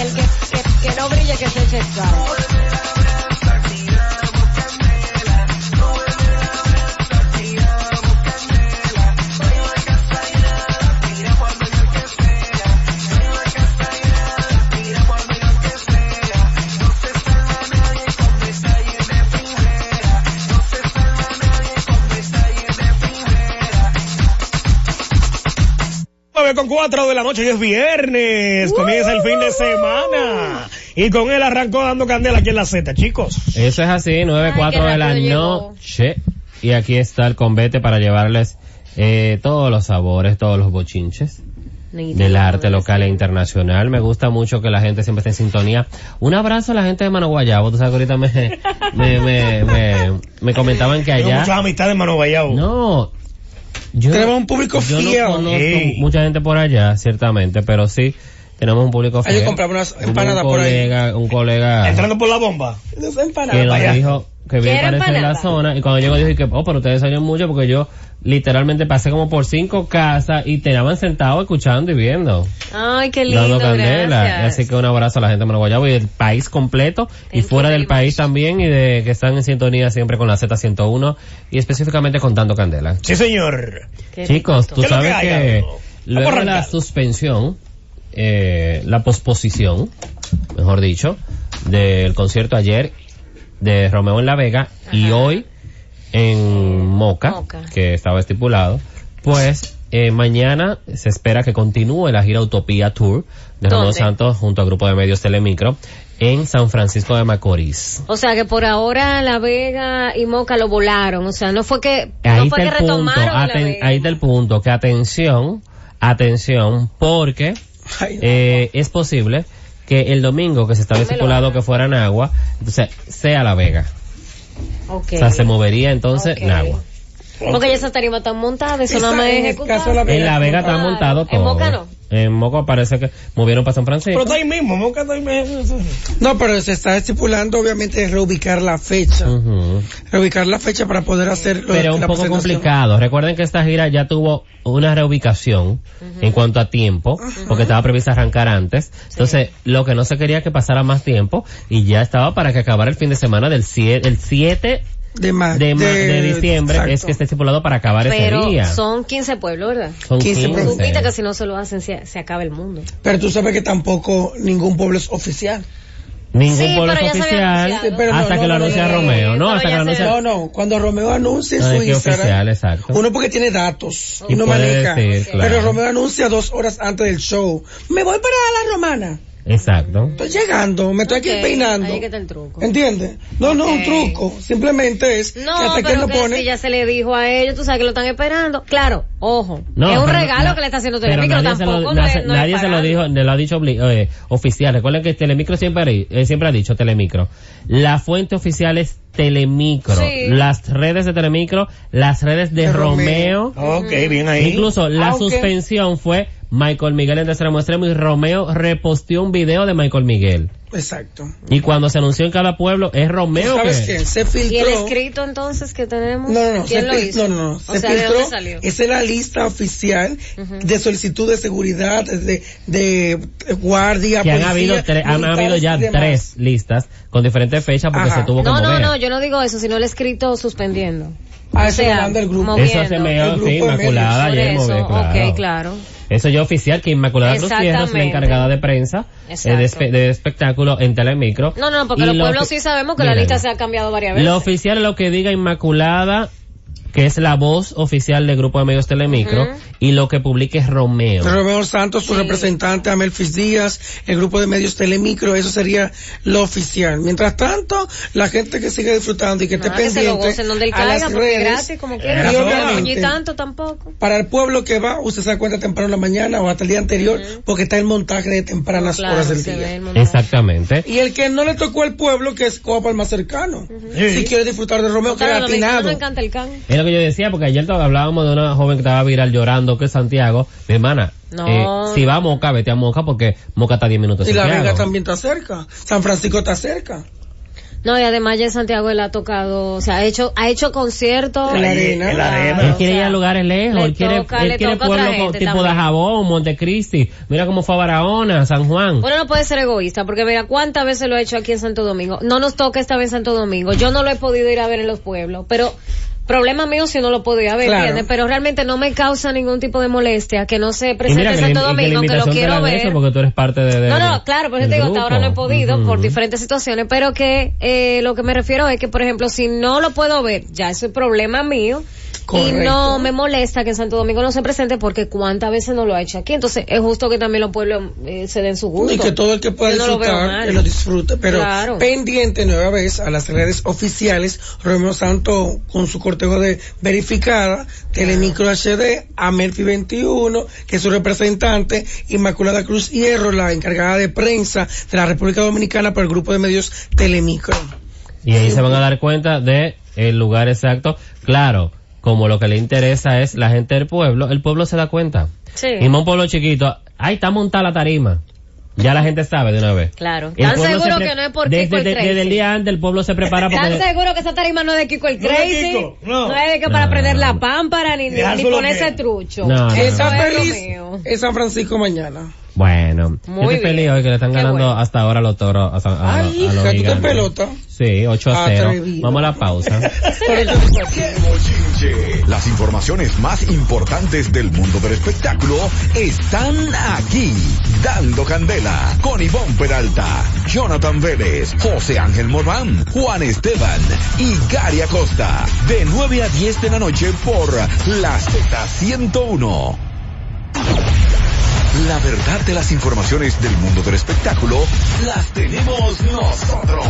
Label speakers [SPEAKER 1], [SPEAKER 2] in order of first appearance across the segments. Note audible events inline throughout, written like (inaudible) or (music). [SPEAKER 1] El que, que- que no brille, que se eche el sal.
[SPEAKER 2] Nueve con cuatro de la noche, y es viernes, comienza el fin de semana. Y con él arrancó dando candela aquí en la Z, chicos.
[SPEAKER 3] Eso es así,
[SPEAKER 1] Ay,
[SPEAKER 3] 9-4
[SPEAKER 1] qué
[SPEAKER 3] de la
[SPEAKER 1] rápido llegó.
[SPEAKER 3] noche. Y aquí está el convete para llevarles eh, todos los sabores, todos los bochinches del arte local e internacional. Me gusta mucho que la gente siempre esté en sintonía. Un abrazo a la gente de Managuayabo. Tú sabes que ahorita me, me, me, me, me comentaban que
[SPEAKER 2] Tengo muchas
[SPEAKER 3] allá...
[SPEAKER 2] amistades en Mano Guayabo.
[SPEAKER 3] No. Yo,
[SPEAKER 4] Tenemos un público
[SPEAKER 3] yo
[SPEAKER 4] fiel.
[SPEAKER 3] no conozco
[SPEAKER 2] Ey.
[SPEAKER 3] mucha gente por allá, ciertamente, pero sí tenemos un público
[SPEAKER 4] Hay
[SPEAKER 3] fiel.
[SPEAKER 4] que comprar unas
[SPEAKER 3] Hubo
[SPEAKER 4] empanadas
[SPEAKER 3] eh, un
[SPEAKER 4] por ahí.
[SPEAKER 3] colega, Un colega...
[SPEAKER 2] Entrando por la bomba.
[SPEAKER 3] que nos
[SPEAKER 2] para allá.
[SPEAKER 3] dijo que bien
[SPEAKER 1] ¿Quieren
[SPEAKER 3] parece la
[SPEAKER 1] empanada?
[SPEAKER 3] zona y cuando llegó dije que oh pero ustedes salieron mucho porque yo literalmente pasé como por cinco casas y te estaban sentado escuchando y viendo
[SPEAKER 1] Ay, qué lindo,
[SPEAKER 3] dando candela Y
[SPEAKER 1] gracias.
[SPEAKER 3] así que un abrazo a la gente de Managuayabo y del país completo y
[SPEAKER 1] Thank
[SPEAKER 3] fuera
[SPEAKER 1] you
[SPEAKER 3] del
[SPEAKER 1] very
[SPEAKER 3] país
[SPEAKER 1] much.
[SPEAKER 3] también y de que están en sintonía siempre con la Z101 y específicamente con Dando Candela
[SPEAKER 2] Sí, señor.
[SPEAKER 1] Qué
[SPEAKER 3] Chicos,
[SPEAKER 1] rico
[SPEAKER 3] tú
[SPEAKER 2] ¿Qué es lo que
[SPEAKER 3] sabes
[SPEAKER 2] hay,
[SPEAKER 3] que
[SPEAKER 2] Gabriel?
[SPEAKER 3] luego
[SPEAKER 2] Vamos a
[SPEAKER 3] de la
[SPEAKER 2] arrancar.
[SPEAKER 3] suspensión, eh, la posposición, mejor dicho, del concierto ayer de Romeo en La Vega y
[SPEAKER 1] Ajá.
[SPEAKER 3] hoy en Moca,
[SPEAKER 1] Moca.
[SPEAKER 3] que estaba estipulado, pues eh, mañana se espera que continúe la gira Utopía Tour de Romeo
[SPEAKER 1] ¿Dónde?
[SPEAKER 3] Santos junto al grupo de medios Telemicro en San Francisco de Macorís.
[SPEAKER 1] O sea que por ahora La Vega y Moca lo volaron. O sea, no fue que,
[SPEAKER 3] Ahí
[SPEAKER 1] no fue que
[SPEAKER 3] está el punto,
[SPEAKER 1] retomaron La
[SPEAKER 3] aten-
[SPEAKER 1] Vega.
[SPEAKER 3] ahí está el punto, que atención, atención, porque
[SPEAKER 4] Ay,
[SPEAKER 3] eh, es posible que el domingo que se estaba
[SPEAKER 1] Dámelo
[SPEAKER 3] estipulado
[SPEAKER 1] ahora.
[SPEAKER 3] que fuera Nagua, entonces sea La Vega.
[SPEAKER 1] Ok.
[SPEAKER 3] O sea, se movería entonces
[SPEAKER 1] Ok.
[SPEAKER 3] Nagua.
[SPEAKER 1] Porque ya esa tarima está montada, eso
[SPEAKER 4] Esa
[SPEAKER 1] nada más es
[SPEAKER 4] en el
[SPEAKER 1] ejecutar.
[SPEAKER 4] caso de La Vega.
[SPEAKER 3] En La Vega está
[SPEAKER 1] Claro.
[SPEAKER 3] montado todo.
[SPEAKER 1] En Moca no.
[SPEAKER 3] En Moca parece que movieron para San
[SPEAKER 2] Pero
[SPEAKER 3] Francisco.
[SPEAKER 2] está ahí mismo, Moca está ahí mismo.
[SPEAKER 4] No, pero se está estipulando obviamente reubicar la fecha.
[SPEAKER 3] Ujú.
[SPEAKER 4] Reubicar la fecha para poder hacer lo de
[SPEAKER 3] Pero un
[SPEAKER 4] la
[SPEAKER 3] poco
[SPEAKER 4] presentación.
[SPEAKER 3] complicado. Recuerden que esta gira ya tuvo una reubicación en cuanto a tiempo, porque estaba prevista arrancar antes. Entonces, lo que no se quería que pasara más tiempo y ya estaba para que acabara el fin de semana del 7 el 7
[SPEAKER 4] De, ma-
[SPEAKER 3] de, ma- de diciembre,
[SPEAKER 4] Ah, exacto.
[SPEAKER 3] es que este- está estipulado para acabar ese
[SPEAKER 1] Pero
[SPEAKER 3] día.
[SPEAKER 1] son 15 pueblos, ¿verdad?
[SPEAKER 3] Son
[SPEAKER 4] 15
[SPEAKER 1] Tú
[SPEAKER 4] Sí.
[SPEAKER 1] supiste que si no se lo hacen, se, se acaba el mundo.
[SPEAKER 4] Pero tú sabes que tampoco ningún pueblo es oficial.
[SPEAKER 3] Ningún
[SPEAKER 1] Sí,
[SPEAKER 3] pueblo
[SPEAKER 1] pero
[SPEAKER 3] es
[SPEAKER 1] ya se había
[SPEAKER 3] oficial
[SPEAKER 1] anunciado.
[SPEAKER 4] Sí, pero no,
[SPEAKER 3] hasta
[SPEAKER 4] no,
[SPEAKER 3] que lo
[SPEAKER 4] no, no,
[SPEAKER 3] anuncia
[SPEAKER 4] no, no.
[SPEAKER 3] Romeo, ¿no?
[SPEAKER 1] Pero
[SPEAKER 3] Hasta que
[SPEAKER 1] ya
[SPEAKER 3] lo
[SPEAKER 1] se
[SPEAKER 3] anuncia.
[SPEAKER 4] No, no, cuando Romeo anuncia en
[SPEAKER 3] No, es
[SPEAKER 4] su
[SPEAKER 3] que oficial,
[SPEAKER 4] Instagram,
[SPEAKER 3] exacto.
[SPEAKER 4] uno porque tiene datos
[SPEAKER 3] Y
[SPEAKER 4] y no
[SPEAKER 3] puede
[SPEAKER 4] maneja.
[SPEAKER 3] decir, claro.
[SPEAKER 4] Pero Romeo anuncia dos horas antes del show. Me voy para la romana.
[SPEAKER 3] Exacto.
[SPEAKER 4] Estoy llegando, me estoy
[SPEAKER 1] Ok,
[SPEAKER 4] aquí peinando.
[SPEAKER 1] Ahí que está el truco.
[SPEAKER 4] ¿Entiendes? No, no,
[SPEAKER 1] Ok.
[SPEAKER 4] un truco. Simplemente es
[SPEAKER 1] No,
[SPEAKER 4] que hasta que él
[SPEAKER 1] pero
[SPEAKER 4] lo
[SPEAKER 1] que
[SPEAKER 4] pone.
[SPEAKER 1] si ya se le dijo a ellos, tú sabes que lo están esperando. Claro, ojo,
[SPEAKER 3] No,
[SPEAKER 1] es un
[SPEAKER 3] pero-
[SPEAKER 1] regalo
[SPEAKER 3] no,
[SPEAKER 1] que le está haciendo
[SPEAKER 3] pero
[SPEAKER 1] Telemicro,
[SPEAKER 3] nadie se
[SPEAKER 1] tampoco
[SPEAKER 3] lo,
[SPEAKER 1] no es-
[SPEAKER 3] nadie-
[SPEAKER 1] no es
[SPEAKER 3] nadie se lo
[SPEAKER 1] pagado.
[SPEAKER 3] dijo, le lo ha dicho obli- eh, oficial. Recuerden que Telemicro siempre, ha di- eh, siempre ha dicho Telemicro. La fuente oficial es Telemicro.
[SPEAKER 1] Sí.
[SPEAKER 3] Las redes de Telemicro, las redes de,
[SPEAKER 4] De
[SPEAKER 3] Romeo.
[SPEAKER 4] Romeo.
[SPEAKER 2] Ok, bien ahí.
[SPEAKER 3] Incluso la
[SPEAKER 4] Aunque-
[SPEAKER 3] suspensión fue Michael Miguel en extremo extremo y Romeo reposteó un video de Michael Miguel.
[SPEAKER 4] Exacto.
[SPEAKER 3] Y cuando se anunció en cada pueblo, es Romeo
[SPEAKER 4] ¿Sabes
[SPEAKER 3] que...
[SPEAKER 4] qué? Se filtró.
[SPEAKER 1] ¿Y el escrito entonces que tenemos?
[SPEAKER 4] No, no, no.
[SPEAKER 1] ¿Quién
[SPEAKER 4] se
[SPEAKER 1] lo
[SPEAKER 4] fil-
[SPEAKER 1] hizo?
[SPEAKER 4] No, no, no.
[SPEAKER 1] O
[SPEAKER 4] se
[SPEAKER 1] sea, ¿de
[SPEAKER 4] filtró.
[SPEAKER 1] dónde salió?
[SPEAKER 4] Esa es la lista oficial de solicitud de seguridad, de, de guardia,
[SPEAKER 3] que han
[SPEAKER 4] policía,
[SPEAKER 3] habido, tres- han
[SPEAKER 4] militares
[SPEAKER 3] habido ya
[SPEAKER 4] y demás.
[SPEAKER 3] tres listas con diferentes fechas porque
[SPEAKER 4] Ajá.
[SPEAKER 3] se tuvo que
[SPEAKER 1] No, no,
[SPEAKER 3] mover.
[SPEAKER 1] no, yo no digo eso, sino el escrito suspendiendo.
[SPEAKER 4] Ah,
[SPEAKER 1] O
[SPEAKER 4] eso lo
[SPEAKER 1] sea,
[SPEAKER 4] manda el grupo.
[SPEAKER 1] moviendo.
[SPEAKER 3] Eso se me
[SPEAKER 4] El grupo
[SPEAKER 3] sí,
[SPEAKER 4] de
[SPEAKER 3] Inmaculada
[SPEAKER 1] Por
[SPEAKER 3] ayer
[SPEAKER 1] eso,
[SPEAKER 3] movió, claro.
[SPEAKER 1] ok, claro.
[SPEAKER 3] Eso ya oficial, que Inmaculada Cruz Fierro es la
[SPEAKER 1] Exactamente.
[SPEAKER 3] encargada de prensa eh, de,
[SPEAKER 1] Exacto.
[SPEAKER 3] espe- de espectáculo en Telemicro.
[SPEAKER 1] No, no, porque
[SPEAKER 3] Y
[SPEAKER 1] los
[SPEAKER 3] lo
[SPEAKER 1] pueblos
[SPEAKER 3] ofi-
[SPEAKER 1] sí sabemos que la
[SPEAKER 3] Miren,
[SPEAKER 1] lista se ha cambiado varias veces.
[SPEAKER 3] Lo oficial es lo que diga Inmaculada, que es la voz oficial del grupo de medios Telemicro,
[SPEAKER 1] Ujú.
[SPEAKER 3] y lo que publique es Romeo.
[SPEAKER 4] Romeo Santos, su representante, Amelfis Díaz, el grupo de medios Telemicro, eso sería lo oficial. Mientras tanto, la gente que sigue disfrutando y que esté
[SPEAKER 1] Ah, que se lo
[SPEAKER 4] pendiente
[SPEAKER 1] gocen donde él
[SPEAKER 4] a
[SPEAKER 1] caiga,
[SPEAKER 4] las
[SPEAKER 1] porque
[SPEAKER 4] redes,
[SPEAKER 1] gratis, como quiera.
[SPEAKER 4] y
[SPEAKER 2] Eso.
[SPEAKER 4] obviamente,
[SPEAKER 1] Ni tanto tampoco.
[SPEAKER 4] para el pueblo que va, usted se da cuenta temprano en la mañana o hasta el día anterior, porque está el montaje de tempranas
[SPEAKER 1] Claro,
[SPEAKER 4] horas del
[SPEAKER 1] se ve
[SPEAKER 4] día.
[SPEAKER 1] el montón.
[SPEAKER 3] Exactamente.
[SPEAKER 4] Y el que no le tocó al pueblo, que es Copa el más cercano. Si quiere disfrutar de Romeo, que
[SPEAKER 1] Claro,
[SPEAKER 4] era
[SPEAKER 1] a los mexicanos
[SPEAKER 4] atinado.
[SPEAKER 1] me encanta el can.
[SPEAKER 3] Es lo que yo decía, porque ayer to- hablábamos de una joven que estaba viral llorando, que es Santiago. Mi hermana,
[SPEAKER 1] No.
[SPEAKER 3] eh, si va a Moca, vete a Moca, porque Moca está a 10 minutos. de
[SPEAKER 4] Y la
[SPEAKER 3] Santiago.
[SPEAKER 4] Vega también está cerca. San Francisco está cerca.
[SPEAKER 1] No, y además ya en Santiago él ha tocado, o sea, ha hecho, ha hecho conciertos.
[SPEAKER 4] En la arena.
[SPEAKER 2] En la
[SPEAKER 1] Claro.
[SPEAKER 2] arena.
[SPEAKER 3] Él quiere
[SPEAKER 1] o sea,
[SPEAKER 3] ir a lugares lejos,
[SPEAKER 1] le
[SPEAKER 3] él quiere,
[SPEAKER 1] toca-
[SPEAKER 3] él
[SPEAKER 1] le
[SPEAKER 3] quiere
[SPEAKER 1] toca a
[SPEAKER 3] pueblos
[SPEAKER 1] otra
[SPEAKER 3] co-
[SPEAKER 1] gente
[SPEAKER 3] tipo
[SPEAKER 1] también.
[SPEAKER 3] Dajabón, Montecristi. Mira cómo fue a Barahona, San Juan.
[SPEAKER 1] Uno no puede ser egoísta, porque mira, cuántas veces lo he hecho aquí en Santo Domingo. No nos toca esta vez en Santo Domingo. Yo no lo he podido ir a ver en los pueblos, pero problema mío si no lo podía ver,
[SPEAKER 4] Claro.
[SPEAKER 1] ¿entiendes? Pero realmente no me causa ningún tipo de molestia que no se
[SPEAKER 3] Y
[SPEAKER 1] presente en
[SPEAKER 3] que la
[SPEAKER 1] Santo
[SPEAKER 3] in- y que la
[SPEAKER 1] Domingo, que lo
[SPEAKER 3] invitación te la
[SPEAKER 1] quiero
[SPEAKER 3] han hecho
[SPEAKER 1] ver.
[SPEAKER 3] Porque tú eres parte de, de-
[SPEAKER 1] No, no, claro, por eso
[SPEAKER 3] del
[SPEAKER 1] te digo, hasta ahora no he
[SPEAKER 3] grupo.
[SPEAKER 1] podido por
[SPEAKER 3] Ujú.
[SPEAKER 1] diferentes situaciones, pero que eh, lo que me refiero es que, por ejemplo, si no lo puedo ver, ya eso es problema mío. Y
[SPEAKER 4] Correcto.
[SPEAKER 1] no me molesta que en Santo Domingo no se presente porque cuántas veces no lo ha hecho aquí. Entonces es justo que también los pueblos eh, se den su gusto.
[SPEAKER 4] Y que todo el que pueda
[SPEAKER 1] Yo no lo veo
[SPEAKER 4] disfrutar,
[SPEAKER 1] mal.
[SPEAKER 4] que lo disfrute. Pero
[SPEAKER 1] Claro.
[SPEAKER 4] pendiente nueva vez a las redes oficiales, Romeo Santo con su cortejo de verificada, Telemicro HD, Amelfi 21, que es su representante, Inmaculada Cruz Hierro, la encargada de prensa de la República Dominicana para el grupo de medios Telemicro.
[SPEAKER 3] Y ahí se van a dar cuenta de el lugar exacto. Claro, como lo que le interesa es la gente del pueblo, el pueblo se da cuenta.
[SPEAKER 1] Sí.
[SPEAKER 3] Y más un pueblo chiquito, ahí está montada la tarima. Ya la gente sabe de una vez.
[SPEAKER 1] Claro.
[SPEAKER 3] El
[SPEAKER 1] Tan
[SPEAKER 3] pueblo se
[SPEAKER 1] seguro
[SPEAKER 3] pre-
[SPEAKER 1] que no es por
[SPEAKER 3] desde,
[SPEAKER 1] Kiko el
[SPEAKER 3] de-
[SPEAKER 1] Crazy.
[SPEAKER 3] desde el día antes el pueblo se prepara porque...
[SPEAKER 1] Tan seguro que esa tarima no es de Kiko el
[SPEAKER 2] No es de
[SPEAKER 1] Crazy.
[SPEAKER 2] Kiko, no.
[SPEAKER 1] es de que para
[SPEAKER 3] No.
[SPEAKER 1] prender la pámpara ni, ni,
[SPEAKER 2] Deja
[SPEAKER 1] ni
[SPEAKER 2] solo
[SPEAKER 1] ponerse
[SPEAKER 2] que-
[SPEAKER 1] trucho.
[SPEAKER 3] No, no,
[SPEAKER 1] Eso
[SPEAKER 4] Esa
[SPEAKER 1] es lo
[SPEAKER 4] feliz
[SPEAKER 1] mío.
[SPEAKER 4] es San Francisco mañana.
[SPEAKER 3] Bueno,
[SPEAKER 1] Muy
[SPEAKER 3] yo estoy
[SPEAKER 1] bien.
[SPEAKER 3] feliz hoy que le están
[SPEAKER 1] Qué
[SPEAKER 3] ganando
[SPEAKER 1] bueno.
[SPEAKER 3] hasta ahora los toros a, San- a,
[SPEAKER 1] Ah,
[SPEAKER 4] Ay,
[SPEAKER 3] a los
[SPEAKER 4] hija, tú te
[SPEAKER 3] gigantes.
[SPEAKER 1] (laughs)
[SPEAKER 4] pelota. Ah,
[SPEAKER 3] Sí, 8 a 0.
[SPEAKER 4] Atrevido.
[SPEAKER 3] Vamos a
[SPEAKER 4] (laughs)
[SPEAKER 3] la pausa.
[SPEAKER 4] Pero yo-
[SPEAKER 5] Bochinche. Las informaciones más importantes del mundo del espectáculo están aquí. Dando Candela con Ivonne Peralta, Jonathan Vélez, José Ángel Morán, Juan Esteban y Gary Acosta. De 9 a 10 de la noche por La Z101. La verdad de las informaciones del mundo del espectáculo las tenemos nosotros.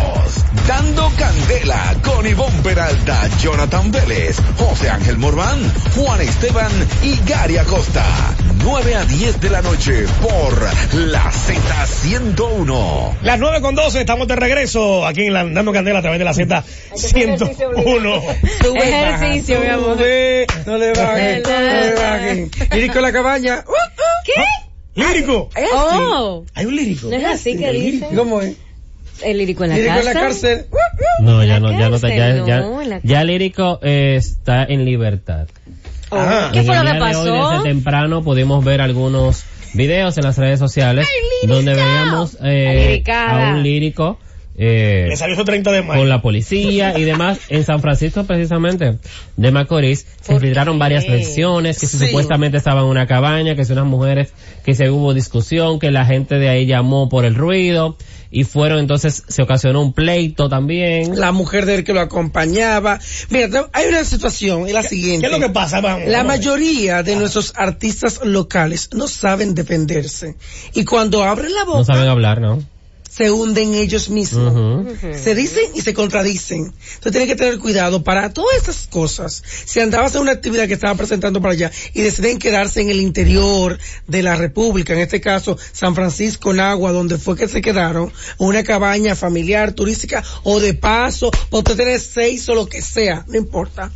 [SPEAKER 5] Dando candela con Ivonne Peralta, Jonathan Vélez, José Ángel Morván, Juan Esteban y Gary Acosta. 9 a 10 de la noche por la Z101.
[SPEAKER 2] Las 9 con 12 estamos de regreso aquí en la Dando Candela a través de la Z101.
[SPEAKER 4] Sube,
[SPEAKER 1] Ejercicio, mi
[SPEAKER 4] baja,
[SPEAKER 1] amor.
[SPEAKER 4] sube, No le bajes, no le bajes. Lírico la cabaña. Uh, uh.
[SPEAKER 2] Lírico.
[SPEAKER 4] Es así.
[SPEAKER 1] Oh,
[SPEAKER 2] Hay un lírico.
[SPEAKER 1] no es así que dice.
[SPEAKER 4] ¿Y ¿Cómo es?
[SPEAKER 1] El lírico en la
[SPEAKER 4] Lírico en
[SPEAKER 1] cárcel.
[SPEAKER 4] la cárcel. Uh, uh.
[SPEAKER 3] No, ya
[SPEAKER 1] En la
[SPEAKER 3] no, ya no está, ya,
[SPEAKER 1] cárcel,
[SPEAKER 3] ya,
[SPEAKER 1] no, en la
[SPEAKER 3] ya lírico eh, está en libertad.
[SPEAKER 1] Oh,
[SPEAKER 4] Ah.
[SPEAKER 2] Ajá.
[SPEAKER 1] ¿Qué
[SPEAKER 3] En
[SPEAKER 1] fue lo
[SPEAKER 3] el
[SPEAKER 1] que
[SPEAKER 3] día de hoy,
[SPEAKER 1] pasó?
[SPEAKER 3] desde temprano pudimos ver algunos videos en las redes sociales donde veíamos
[SPEAKER 1] La
[SPEAKER 3] eh,
[SPEAKER 1] liricada.
[SPEAKER 3] a un lírico eh,
[SPEAKER 2] Le salió su 30 de mayo.
[SPEAKER 3] con la policía y demás en San Francisco precisamente de Macorís se filtraron varias versiones que si
[SPEAKER 4] Sí.
[SPEAKER 3] supuestamente estaban en una cabaña que si unas mujeres que se hubo discusión que la gente de ahí llamó por el ruido y fueron entonces se ocasionó un pleito también
[SPEAKER 4] La mujer del que lo acompañaba. Mira, te- hay una situación, es la
[SPEAKER 2] ¿Qué
[SPEAKER 4] siguiente.
[SPEAKER 2] es lo que pasa? Vamos,
[SPEAKER 4] La
[SPEAKER 2] vamos a ver. Ah.
[SPEAKER 4] mayoría de nuestros artistas locales no saben defenderse. Y cuando abren la
[SPEAKER 3] no
[SPEAKER 4] boca,
[SPEAKER 3] saben hablar no
[SPEAKER 4] se hunden ellos mismos.
[SPEAKER 3] Ujú.
[SPEAKER 4] Se dicen y se contradicen. Entonces tienes que tener cuidado para todas esas cosas. Si andabas en una actividad que estaba presentando para allá y deciden quedarse en el interior de la República, en este caso San Francisco, Nagua, donde fue que se quedaron, una cabaña familiar, turística o de paso, o tú tienes seis o lo que sea, no importa.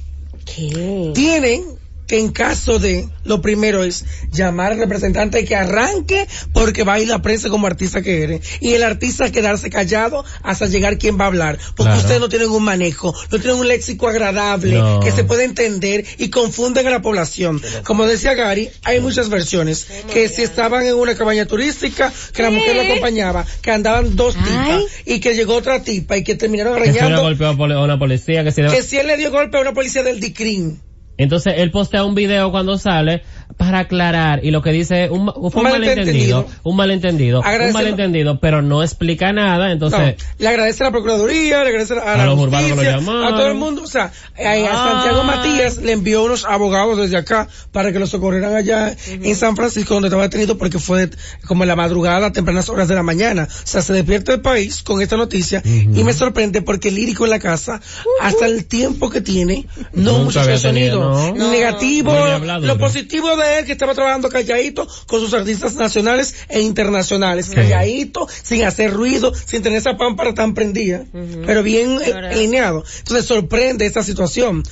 [SPEAKER 1] ¿Qué?
[SPEAKER 4] Tienen que en caso de, lo primero es llamar al representante que arranque porque va a ir la prensa como artista que eres. Y el artista quedarse callado hasta llegar quien va a hablar. Porque
[SPEAKER 3] Claro.
[SPEAKER 4] ustedes no tienen un manejo, no tienen un léxico agradable
[SPEAKER 3] No.
[SPEAKER 4] que se puede entender y confunden a la población. Como decía Gary, hay muchas versiones. Que si estaban en una cabaña turística, que la mujer lo acompañaba, que andaban dos tipas
[SPEAKER 1] Ay.
[SPEAKER 4] y que llegó otra tipa y que terminaron
[SPEAKER 3] Que si uno
[SPEAKER 4] arañando.
[SPEAKER 3] golpeó a poli- a una policía, que si le-
[SPEAKER 4] Que si él le dio golpe a una policía del DICRIN.
[SPEAKER 3] Entonces él postea un video cuando sale para aclarar y lo que dice es un, ma- fue un
[SPEAKER 4] Malentendido.
[SPEAKER 3] malentendido, un malentendido, un
[SPEAKER 4] Agradeciendo-
[SPEAKER 3] malentendido, pero no explica nada, entonces
[SPEAKER 4] No, le agradece a la Procuraduría, le agradece a,
[SPEAKER 3] A
[SPEAKER 4] la
[SPEAKER 3] los urbanos que lo
[SPEAKER 4] justicia,
[SPEAKER 3] llamaron.
[SPEAKER 4] a todo el mundo. O sea, a, a
[SPEAKER 3] Ah.
[SPEAKER 4] Santiago Matías le envió unos abogados desde acá para que lo socorrieran allá en San Francisco, donde estaba detenido, porque fue como en la madrugada, tempranas horas de la mañana. O sea, se despierta el país con esta noticia y me sorprende porque Lírico en la casa, hasta el tiempo que tiene, no
[SPEAKER 3] Nunca
[SPEAKER 4] mucho
[SPEAKER 3] había tenido,
[SPEAKER 4] sonido.
[SPEAKER 3] ¿no?
[SPEAKER 4] Negativo,
[SPEAKER 3] Muy habladura.
[SPEAKER 4] lo positivo de él que estaba trabajando calladito con sus artistas nacionales e internacionales.
[SPEAKER 3] Sí.
[SPEAKER 4] Calladito quieto, sin hacer ruido, sin tener esa pámpara tan prendida, pero bien eh,
[SPEAKER 1] Ahora-
[SPEAKER 4] alineado. Entonces sorprende esta situación.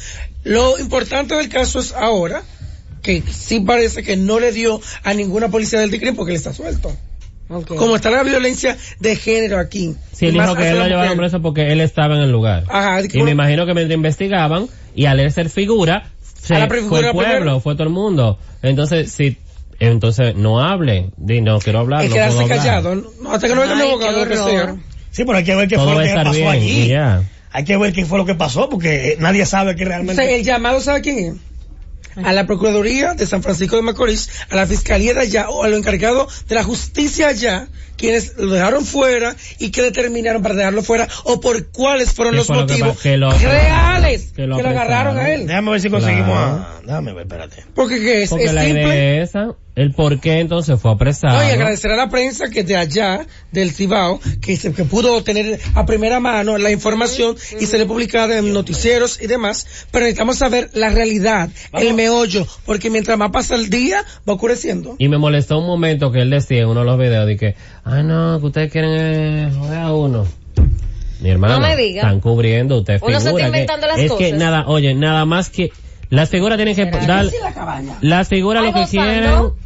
[SPEAKER 4] Lo importante del caso es ahora que sí parece que no le dio a ninguna policía del DICRIM porque le está suelto.
[SPEAKER 1] Ok.
[SPEAKER 4] Como está la violencia de género aquí.
[SPEAKER 3] si
[SPEAKER 4] y
[SPEAKER 3] él
[SPEAKER 4] más
[SPEAKER 3] dijo que
[SPEAKER 4] hacia
[SPEAKER 3] él
[SPEAKER 4] la
[SPEAKER 3] lo llevaron
[SPEAKER 4] mujer.
[SPEAKER 3] preso porque él estaba en el lugar.
[SPEAKER 4] Ajá,
[SPEAKER 3] y
[SPEAKER 4] como-
[SPEAKER 3] me imagino que mientras investigaban y al él ser figura, se-
[SPEAKER 4] A la
[SPEAKER 3] fue el
[SPEAKER 4] figura
[SPEAKER 3] pueblo,
[SPEAKER 4] primero.
[SPEAKER 3] fue todo el mundo. Entonces, si entonces no hable, di no quiero hablar,
[SPEAKER 4] El
[SPEAKER 3] no
[SPEAKER 4] quedarse
[SPEAKER 3] puedo hablar.
[SPEAKER 4] callado, ¿no? hasta que no venga un
[SPEAKER 1] Ay,
[SPEAKER 4] abogado,
[SPEAKER 1] qué
[SPEAKER 4] lo que
[SPEAKER 1] horror.
[SPEAKER 4] sea.
[SPEAKER 2] Sí, pero hay que ver qué fue
[SPEAKER 3] Todo
[SPEAKER 2] lo
[SPEAKER 3] va a
[SPEAKER 2] que
[SPEAKER 3] estar
[SPEAKER 2] pasó
[SPEAKER 3] bien y
[SPEAKER 2] allí.
[SPEAKER 3] ya.
[SPEAKER 2] Hay que ver qué fue lo que pasó porque eh, nadie sabe que
[SPEAKER 4] O
[SPEAKER 2] realmente...
[SPEAKER 4] sea, el llamado, ¿sabe quién es? A la Procuraduría de San Francisco de Macorís, a la Fiscalía de allá, o a lo encargado de la justicia allá, quienes lo dejaron fuera y que determinaron para dejarlo fuera, o por cuáles fueron
[SPEAKER 3] ¿Qué
[SPEAKER 4] los
[SPEAKER 3] fue lo que
[SPEAKER 4] motivos
[SPEAKER 3] pa- que lo-
[SPEAKER 4] reales que
[SPEAKER 3] que
[SPEAKER 4] lo,
[SPEAKER 3] lo
[SPEAKER 4] agarraron a él.
[SPEAKER 2] Déjame ver si conseguimos
[SPEAKER 3] Claro.
[SPEAKER 2] a... Déjame ver, espérate.
[SPEAKER 4] Porque ¿qué es,
[SPEAKER 3] Porque
[SPEAKER 4] es
[SPEAKER 3] la
[SPEAKER 4] simple.
[SPEAKER 3] idea es esa, el por qué entonces fue apresado.
[SPEAKER 4] No, y agradecer a la prensa que de allá, del Cibao, que, se, que pudo tener a primera mano la información y se le publicada en noticieros y demás, pero necesitamos saber la realidad, el meollo, porque mientras más pasa el día, va oscureciendo.
[SPEAKER 3] Y me molestó un momento que él decía en uno de los videos, de que, ah no, que ustedes quieren eh, joder a uno. Mi hermano,
[SPEAKER 1] No me diga.
[SPEAKER 3] están cubriendo, usted
[SPEAKER 1] Uno
[SPEAKER 3] figura.
[SPEAKER 1] se está
[SPEAKER 3] que-
[SPEAKER 1] inventando las
[SPEAKER 3] es que
[SPEAKER 1] cosas.
[SPEAKER 3] nada, oye, nada más que, las figuras tienen que dar, las figuras
[SPEAKER 1] Ay,
[SPEAKER 3] lo que
[SPEAKER 1] gozando.
[SPEAKER 3] quieren.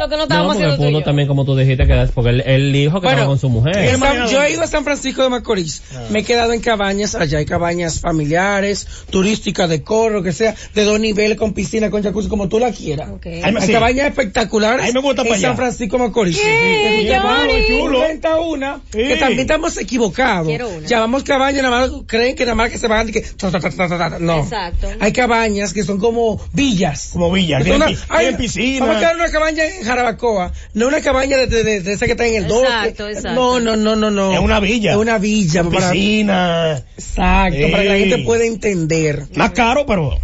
[SPEAKER 1] Lo que no
[SPEAKER 3] No,
[SPEAKER 1] estábamos
[SPEAKER 3] porque
[SPEAKER 1] haciendo tú y
[SPEAKER 3] pudo
[SPEAKER 1] yo.
[SPEAKER 3] también, como tú dijiste, que das- porque él, él dijo que
[SPEAKER 4] Bueno,
[SPEAKER 3] estaba con su
[SPEAKER 4] En
[SPEAKER 3] mujer.
[SPEAKER 4] San- yo he ido a San Francisco de Macorís. Me he quedado en cabañas. Allá hay cabañas familiares, turísticas, de corro, lo que sea, de dos niveles, con piscina, con jacuzzi, como tú la quieras.
[SPEAKER 1] Ok.
[SPEAKER 4] Hay
[SPEAKER 2] Sí.
[SPEAKER 4] cabañas espectaculares
[SPEAKER 2] Ahí me gusta
[SPEAKER 4] en
[SPEAKER 2] para allá.
[SPEAKER 4] San Francisco de Macorís.
[SPEAKER 1] ¡Ey,
[SPEAKER 4] Y llamamos
[SPEAKER 1] Johnny!
[SPEAKER 4] chulo. Inventa una, que
[SPEAKER 2] Sí.
[SPEAKER 4] también estamos equivocados.
[SPEAKER 1] Quiero una.
[SPEAKER 4] Llamamos cabañas, nada más creen que nada más que se van y que... ta, ta, ta, ta, ta, ta. No.
[SPEAKER 1] Exacto.
[SPEAKER 4] Hay cabañas que son como villas.
[SPEAKER 2] Como Villa,
[SPEAKER 4] Es
[SPEAKER 2] tienen,
[SPEAKER 4] una-
[SPEAKER 2] pi-
[SPEAKER 4] ay,
[SPEAKER 2] tienen piscina.
[SPEAKER 4] Vamos a quedar en una cabaña en Jarabacoa, no una cabaña de, de- de- de esa que está en el doce.
[SPEAKER 1] Exacto, exacto.
[SPEAKER 4] No, no, no, no, no.
[SPEAKER 2] Es una villa.
[SPEAKER 4] Es una villa.
[SPEAKER 2] Con
[SPEAKER 4] para-
[SPEAKER 2] piscina.
[SPEAKER 4] exacto, para que la
[SPEAKER 2] Sí.
[SPEAKER 4] gente pueda entender.
[SPEAKER 2] Más caro, pero...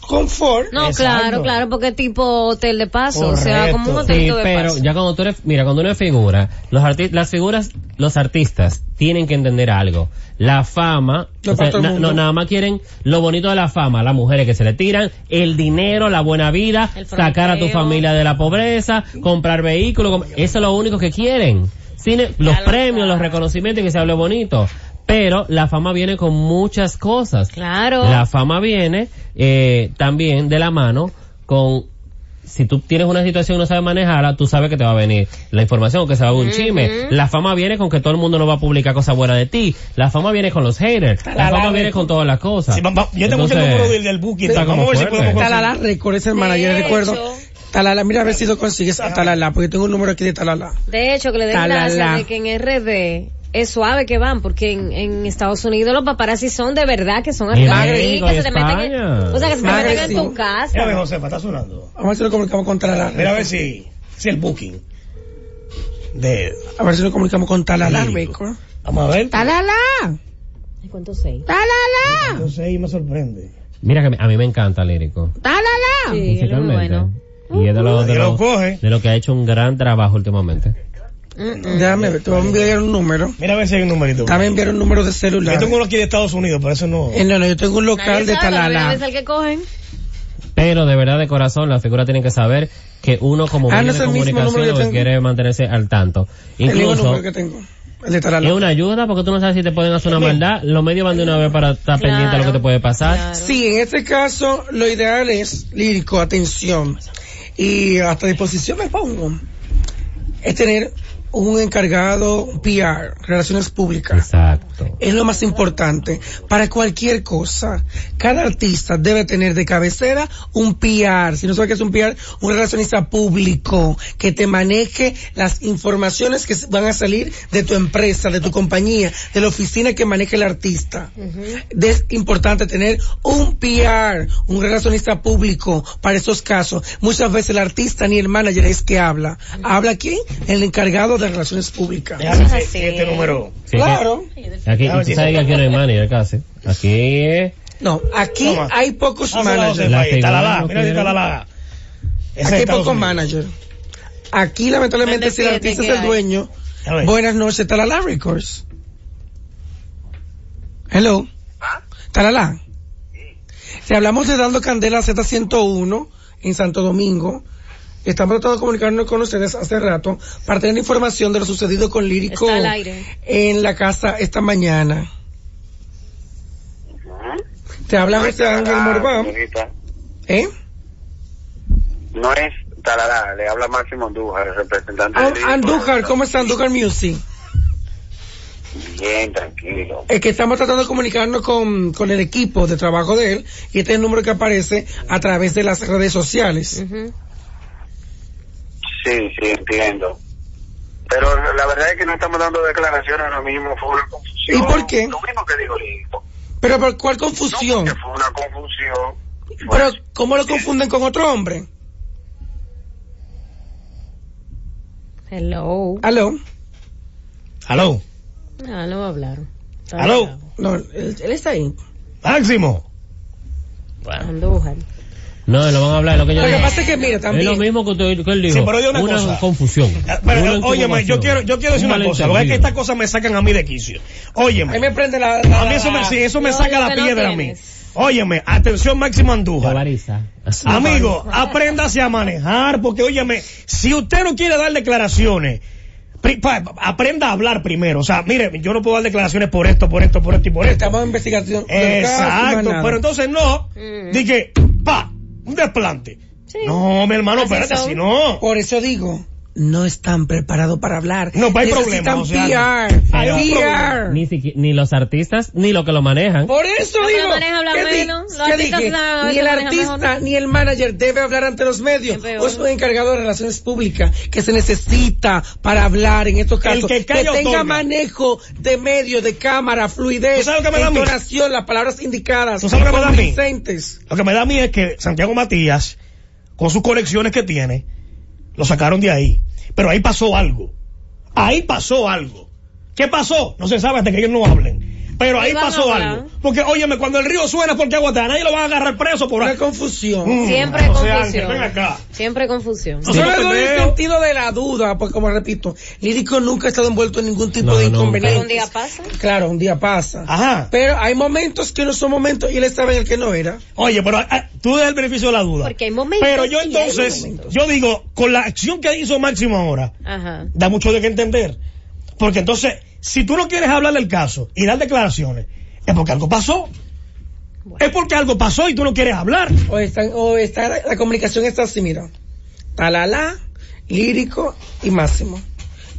[SPEAKER 4] Confort.
[SPEAKER 1] No,
[SPEAKER 2] Exacto.
[SPEAKER 1] claro, claro, porque es tipo hotel de paso, o sea,
[SPEAKER 2] Correcto.
[SPEAKER 1] como un hotel
[SPEAKER 3] Sí,
[SPEAKER 1] de
[SPEAKER 3] pero
[SPEAKER 1] paso.
[SPEAKER 3] ya cuando tú eres, mira, cuando uno es figura, los arti- las figuras, los artistas tienen que entender algo. La fama,
[SPEAKER 4] No
[SPEAKER 3] o sea,
[SPEAKER 4] para todo el
[SPEAKER 3] na-
[SPEAKER 4] mundo.
[SPEAKER 3] no, nada más quieren lo bonito de la fama, las mujeres que se le tiran, el dinero, la buena vida,
[SPEAKER 1] El fronteo.
[SPEAKER 3] sacar a tu familia de la pobreza, comprar vehículos, com- eso es lo único que quieren. Cine- los
[SPEAKER 1] lo
[SPEAKER 3] premios,
[SPEAKER 1] sabe.
[SPEAKER 3] los reconocimientos y que se hable bonito. Pero la fama viene con muchas cosas.
[SPEAKER 1] Claro.
[SPEAKER 3] La fama viene eh, también de la mano con si tú tienes una situación y no sabes manejarla, tú sabes que te va a venir la información, que se va a un chisme. La fama viene con que todo el mundo no va a publicar cosas buenas de ti. La fama viene con los haters. La,
[SPEAKER 4] la,
[SPEAKER 3] fama
[SPEAKER 4] la.
[SPEAKER 3] viene con todas las cosas.
[SPEAKER 2] Sí, va- va- yo tengo
[SPEAKER 3] Entonces,
[SPEAKER 2] el número del, del booking.
[SPEAKER 3] está
[SPEAKER 2] Vamos
[SPEAKER 3] como
[SPEAKER 2] a ver si
[SPEAKER 3] fuerte.
[SPEAKER 2] podemos conseguir.
[SPEAKER 4] Talala Record, es el manager,
[SPEAKER 1] hecho.
[SPEAKER 4] recuerdo. Talala, mira a ver si lo consigues a Talala, porque tengo un número aquí de Talala.
[SPEAKER 1] De hecho, que le den
[SPEAKER 4] Talala.
[SPEAKER 1] gracias de que en RD es suave que van, porque en, en Estados Unidos los paparazzi son de verdad que son
[SPEAKER 3] Y
[SPEAKER 1] artistas,
[SPEAKER 3] México,
[SPEAKER 1] que
[SPEAKER 3] y
[SPEAKER 1] se te meten en,
[SPEAKER 3] España.
[SPEAKER 1] o sea, que se te
[SPEAKER 4] Madre,
[SPEAKER 1] meten en
[SPEAKER 4] sí.
[SPEAKER 1] tu
[SPEAKER 2] Mira, a ver,
[SPEAKER 1] casa.
[SPEAKER 2] Josefa, está sonando.
[SPEAKER 4] Vamos a ver si lo comunicamos con Talala.
[SPEAKER 2] Mira a ver si, si el booking de...
[SPEAKER 4] A ver si lo comunicamos con Talala
[SPEAKER 2] Lírico.
[SPEAKER 4] Record.
[SPEAKER 2] Vamos a ver.
[SPEAKER 3] Ah.
[SPEAKER 4] Talala,
[SPEAKER 1] Ay, ¿Cuánto sé?
[SPEAKER 4] Talala,
[SPEAKER 2] No sé, ahí me sorprende.
[SPEAKER 3] Mira que me- a mí me encanta lírico.
[SPEAKER 4] Talala.
[SPEAKER 1] Sí, él es muy
[SPEAKER 3] musicalmente.
[SPEAKER 1] bueno.
[SPEAKER 3] Y es de lo, de,
[SPEAKER 2] Y
[SPEAKER 3] lo,
[SPEAKER 2] lo coge.
[SPEAKER 3] de lo que ha hecho un gran trabajo últimamente.
[SPEAKER 4] Déjame ver, te voy a enviar un número.
[SPEAKER 2] Mira a ver si hay un numerito.
[SPEAKER 4] También enviar un número de celular.
[SPEAKER 2] Yo tengo uno aquí de Estados Unidos, pero eso no...
[SPEAKER 4] Eh, no, no, yo tengo un local
[SPEAKER 1] Nadie
[SPEAKER 4] de
[SPEAKER 1] sabe, pero mira,
[SPEAKER 4] Talala.
[SPEAKER 1] es el que cogen.
[SPEAKER 3] Pero de verdad, de corazón, las figuras tienen que saber que uno como
[SPEAKER 4] Ah,
[SPEAKER 3] medio
[SPEAKER 4] no es
[SPEAKER 3] de
[SPEAKER 4] el mismo número
[SPEAKER 3] comunicación
[SPEAKER 4] que tengo.
[SPEAKER 3] quiere mantenerse al tanto.
[SPEAKER 4] El mismo
[SPEAKER 3] Incluso,
[SPEAKER 4] número que tengo. el de
[SPEAKER 3] Es
[SPEAKER 4] Tarala.
[SPEAKER 3] una ayuda porque tú no sabes si te pueden hacer una maldad. Los medios van de una vez para estar pendiente a lo que te puede pasar.
[SPEAKER 1] claro.
[SPEAKER 4] Sí, en este caso lo ideal es lírico, atención y hasta disposición me pongo. Es tener un encargado PR, relaciones públicas.
[SPEAKER 3] Exacto.
[SPEAKER 4] Es lo más importante. Para cualquier cosa, cada artista debe tener de cabecera un PR. Si no sabes qué es un PR, un relacionista público que te maneje las informaciones que van a salir de tu empresa, de tu compañía, de la oficina que maneje el artista. Es importante tener un PR, un relacionista público para esos casos. Muchas veces el artista ni el manager es que habla. ¿Habla quién? El encargado de relaciones públicas.
[SPEAKER 2] Déjame
[SPEAKER 1] Eso es
[SPEAKER 2] este-
[SPEAKER 1] así.
[SPEAKER 2] este número.
[SPEAKER 3] Sí,
[SPEAKER 4] Claro.
[SPEAKER 3] que- Aquí, y tú sabes que aquí no hay manager casi. Aquí es...
[SPEAKER 4] No, aquí
[SPEAKER 2] Toma.
[SPEAKER 4] hay pocos
[SPEAKER 2] Ah,
[SPEAKER 4] managers.
[SPEAKER 3] La
[SPEAKER 2] Ahí, Talalá,
[SPEAKER 3] figura,
[SPEAKER 2] mira ahí
[SPEAKER 3] ¿no?
[SPEAKER 2] Talalá. Ese
[SPEAKER 4] Aquí
[SPEAKER 2] es
[SPEAKER 4] hay
[SPEAKER 2] Estados
[SPEAKER 4] pocos
[SPEAKER 2] Unidos.
[SPEAKER 4] managers. Aquí, lamentablemente,
[SPEAKER 1] Mande
[SPEAKER 4] si el
[SPEAKER 1] siete
[SPEAKER 4] artista
[SPEAKER 1] que
[SPEAKER 4] es el
[SPEAKER 1] hay.
[SPEAKER 4] dueño,
[SPEAKER 2] Ya ves.
[SPEAKER 4] buenas noches, Talala Records. Hello. Talala. Si hablamos de Dando Candela Z101 en Santo Domingo, estamos tratando de comunicarnos con ustedes hace rato para tener información de lo sucedido con Lírico
[SPEAKER 1] Está al aire.
[SPEAKER 4] en la casa esta mañana. Te habla José Ángel
[SPEAKER 6] Ah,
[SPEAKER 4] Morbán,
[SPEAKER 6] señorita,
[SPEAKER 4] ¿eh?
[SPEAKER 6] No es Talará, le habla Máximo Andújar, el representante
[SPEAKER 4] Ah,
[SPEAKER 6] del grupo.
[SPEAKER 4] Andújar, ¿cómo está Andújar Music?
[SPEAKER 6] Bien, tranquilo.
[SPEAKER 4] Es que estamos tratando de comunicarnos con, con el equipo de trabajo de él y este es el número que aparece a través de las redes sociales.
[SPEAKER 1] Ujú.
[SPEAKER 6] Sí, sí, entiendo. Pero la verdad es que no estamos dando declaraciones ahora mismo, fue una confusión.
[SPEAKER 4] ¿Y por qué?
[SPEAKER 6] Lo mismo que dijo Lico.
[SPEAKER 4] Pero ¿por cuál
[SPEAKER 6] No,
[SPEAKER 4] confusión?
[SPEAKER 6] porque fue una confusión. Fue
[SPEAKER 4] Pero
[SPEAKER 6] así.
[SPEAKER 4] ¿cómo lo confunden con otro hombre?
[SPEAKER 1] Hello.
[SPEAKER 4] ¿Aló?
[SPEAKER 2] Aló.
[SPEAKER 1] Ah, no va a hablar. Está
[SPEAKER 2] Aló.
[SPEAKER 1] bravo.
[SPEAKER 4] No, él, él está ahí.
[SPEAKER 2] Máximo.
[SPEAKER 1] Andújar.
[SPEAKER 3] No, lo van a hablar, es lo que yo
[SPEAKER 4] Lo que
[SPEAKER 3] digo.
[SPEAKER 4] pasa es que, mira,
[SPEAKER 3] Es lo
[SPEAKER 4] también...
[SPEAKER 3] mismo que, usted, que él dijo.
[SPEAKER 2] Sí, pero oye una cosa.
[SPEAKER 3] confusión.
[SPEAKER 2] Ah, Pero,
[SPEAKER 3] Una
[SPEAKER 2] óyeme, yo
[SPEAKER 3] confusión.
[SPEAKER 2] quiero, yo quiero decir
[SPEAKER 3] Un
[SPEAKER 2] una cosa, porque es que
[SPEAKER 3] malentendido.
[SPEAKER 2] estas cosas me sacan a mí de quicio. Óyeme.
[SPEAKER 4] Ahí me prende la...
[SPEAKER 2] A mí eso me, sí, eso me
[SPEAKER 1] No,
[SPEAKER 2] saca
[SPEAKER 1] lo
[SPEAKER 2] la
[SPEAKER 1] que no
[SPEAKER 2] piedra a mí.
[SPEAKER 1] tienes.
[SPEAKER 2] Óyeme, atención Máximo Andújar.
[SPEAKER 3] Avariza.
[SPEAKER 2] Amigo, apréndase a manejar, porque óyeme, si usted no quiere dar declaraciones, pri- pa- aprenda a hablar primero. O sea, mire, yo no puedo dar declaraciones por esto, por esto, por esto y por esto.
[SPEAKER 4] Estamos en investigación. del caso,
[SPEAKER 2] Exacto,
[SPEAKER 4] más nada.
[SPEAKER 2] pero entonces no,
[SPEAKER 1] Mm.
[SPEAKER 2] dije, pa, un desplante.
[SPEAKER 1] Sí.
[SPEAKER 2] No, mi hermano,
[SPEAKER 1] Así
[SPEAKER 2] espérate,
[SPEAKER 1] son.
[SPEAKER 2] si no.
[SPEAKER 4] Por eso digo, no están preparados para hablar.
[SPEAKER 2] No, hay problemas,
[SPEAKER 4] Necesitan
[SPEAKER 2] o sea,
[SPEAKER 4] PR.
[SPEAKER 2] hay un
[SPEAKER 4] PR.
[SPEAKER 3] Ni, siquiera- ni los artistas, ni los que lo manejan.
[SPEAKER 2] ¿Eh? Oh,
[SPEAKER 4] Por eso
[SPEAKER 1] Lo que
[SPEAKER 4] digo.
[SPEAKER 1] lo maneja habla
[SPEAKER 4] ¿qué di-
[SPEAKER 1] menos, los
[SPEAKER 4] qué
[SPEAKER 1] artistas
[SPEAKER 4] dije?
[SPEAKER 1] la-
[SPEAKER 4] Ni
[SPEAKER 1] se
[SPEAKER 4] el
[SPEAKER 1] manejan
[SPEAKER 4] artista
[SPEAKER 1] mejor.
[SPEAKER 4] ni el manager debe hablar ante los medios.
[SPEAKER 1] Es peor.
[SPEAKER 4] O es un encargado de relaciones públicas que se necesita para hablar en estos casos.
[SPEAKER 2] que calla
[SPEAKER 4] tenga
[SPEAKER 2] otorga.
[SPEAKER 4] manejo de medio, de cámara, fluidez,
[SPEAKER 2] ¿Tú sabes lo que me da a mí?
[SPEAKER 4] entonación, las palabras indicadas,
[SPEAKER 2] ¿Tú sabes lo que me da a mí?
[SPEAKER 4] convincentes.
[SPEAKER 2] Lo que me da a mí es que Santiago Matías, con sus conexiones que tiene, lo sacaron de ahí. Pero ahí pasó algo. Ahí pasó algo. ¿Qué pasó? No se sabe hasta que ellos no hablen. Pero ahí
[SPEAKER 1] Ahí van
[SPEAKER 2] pasó
[SPEAKER 1] a hablar.
[SPEAKER 2] algo. Porque, óyeme, cuando el río suena es porque agua está. Nadie lo va a agarrar preso por
[SPEAKER 4] Una
[SPEAKER 2] ahí.
[SPEAKER 4] confusión.
[SPEAKER 1] Siempre
[SPEAKER 2] Mm,
[SPEAKER 1] hay
[SPEAKER 2] o sea,
[SPEAKER 1] confusión.
[SPEAKER 2] Ángel, ven acá.
[SPEAKER 1] Siempre hay confusión.
[SPEAKER 2] No
[SPEAKER 4] Yo
[SPEAKER 2] te
[SPEAKER 4] le doy el
[SPEAKER 2] veo.
[SPEAKER 4] sentido de la duda, pues como repito, Lírico nunca ha estado envuelto en ningún tipo
[SPEAKER 3] No,
[SPEAKER 4] de
[SPEAKER 3] nunca.
[SPEAKER 1] Pero
[SPEAKER 4] inconveniente.
[SPEAKER 1] un día pasa.
[SPEAKER 4] Claro, un día pasa.
[SPEAKER 2] Ajá.
[SPEAKER 4] Pero hay momentos que no son momentos y él estaba en el que no era.
[SPEAKER 2] Oye, pero ah, tú das el beneficio de la duda.
[SPEAKER 1] Porque hay momentos
[SPEAKER 2] Pero yo
[SPEAKER 1] y hay
[SPEAKER 2] entonces,
[SPEAKER 1] momentos.
[SPEAKER 2] yo digo, con la acción que hizo Máximo ahora,
[SPEAKER 1] Ajá.
[SPEAKER 2] da mucho de qué entender. Porque entonces, si tú no quieres hablar del caso y dar declaraciones, es porque algo pasó. Es porque algo pasó y tú no quieres hablar.
[SPEAKER 4] O están, o está, la comunicación está así, mira. Talala, lírico y máximo.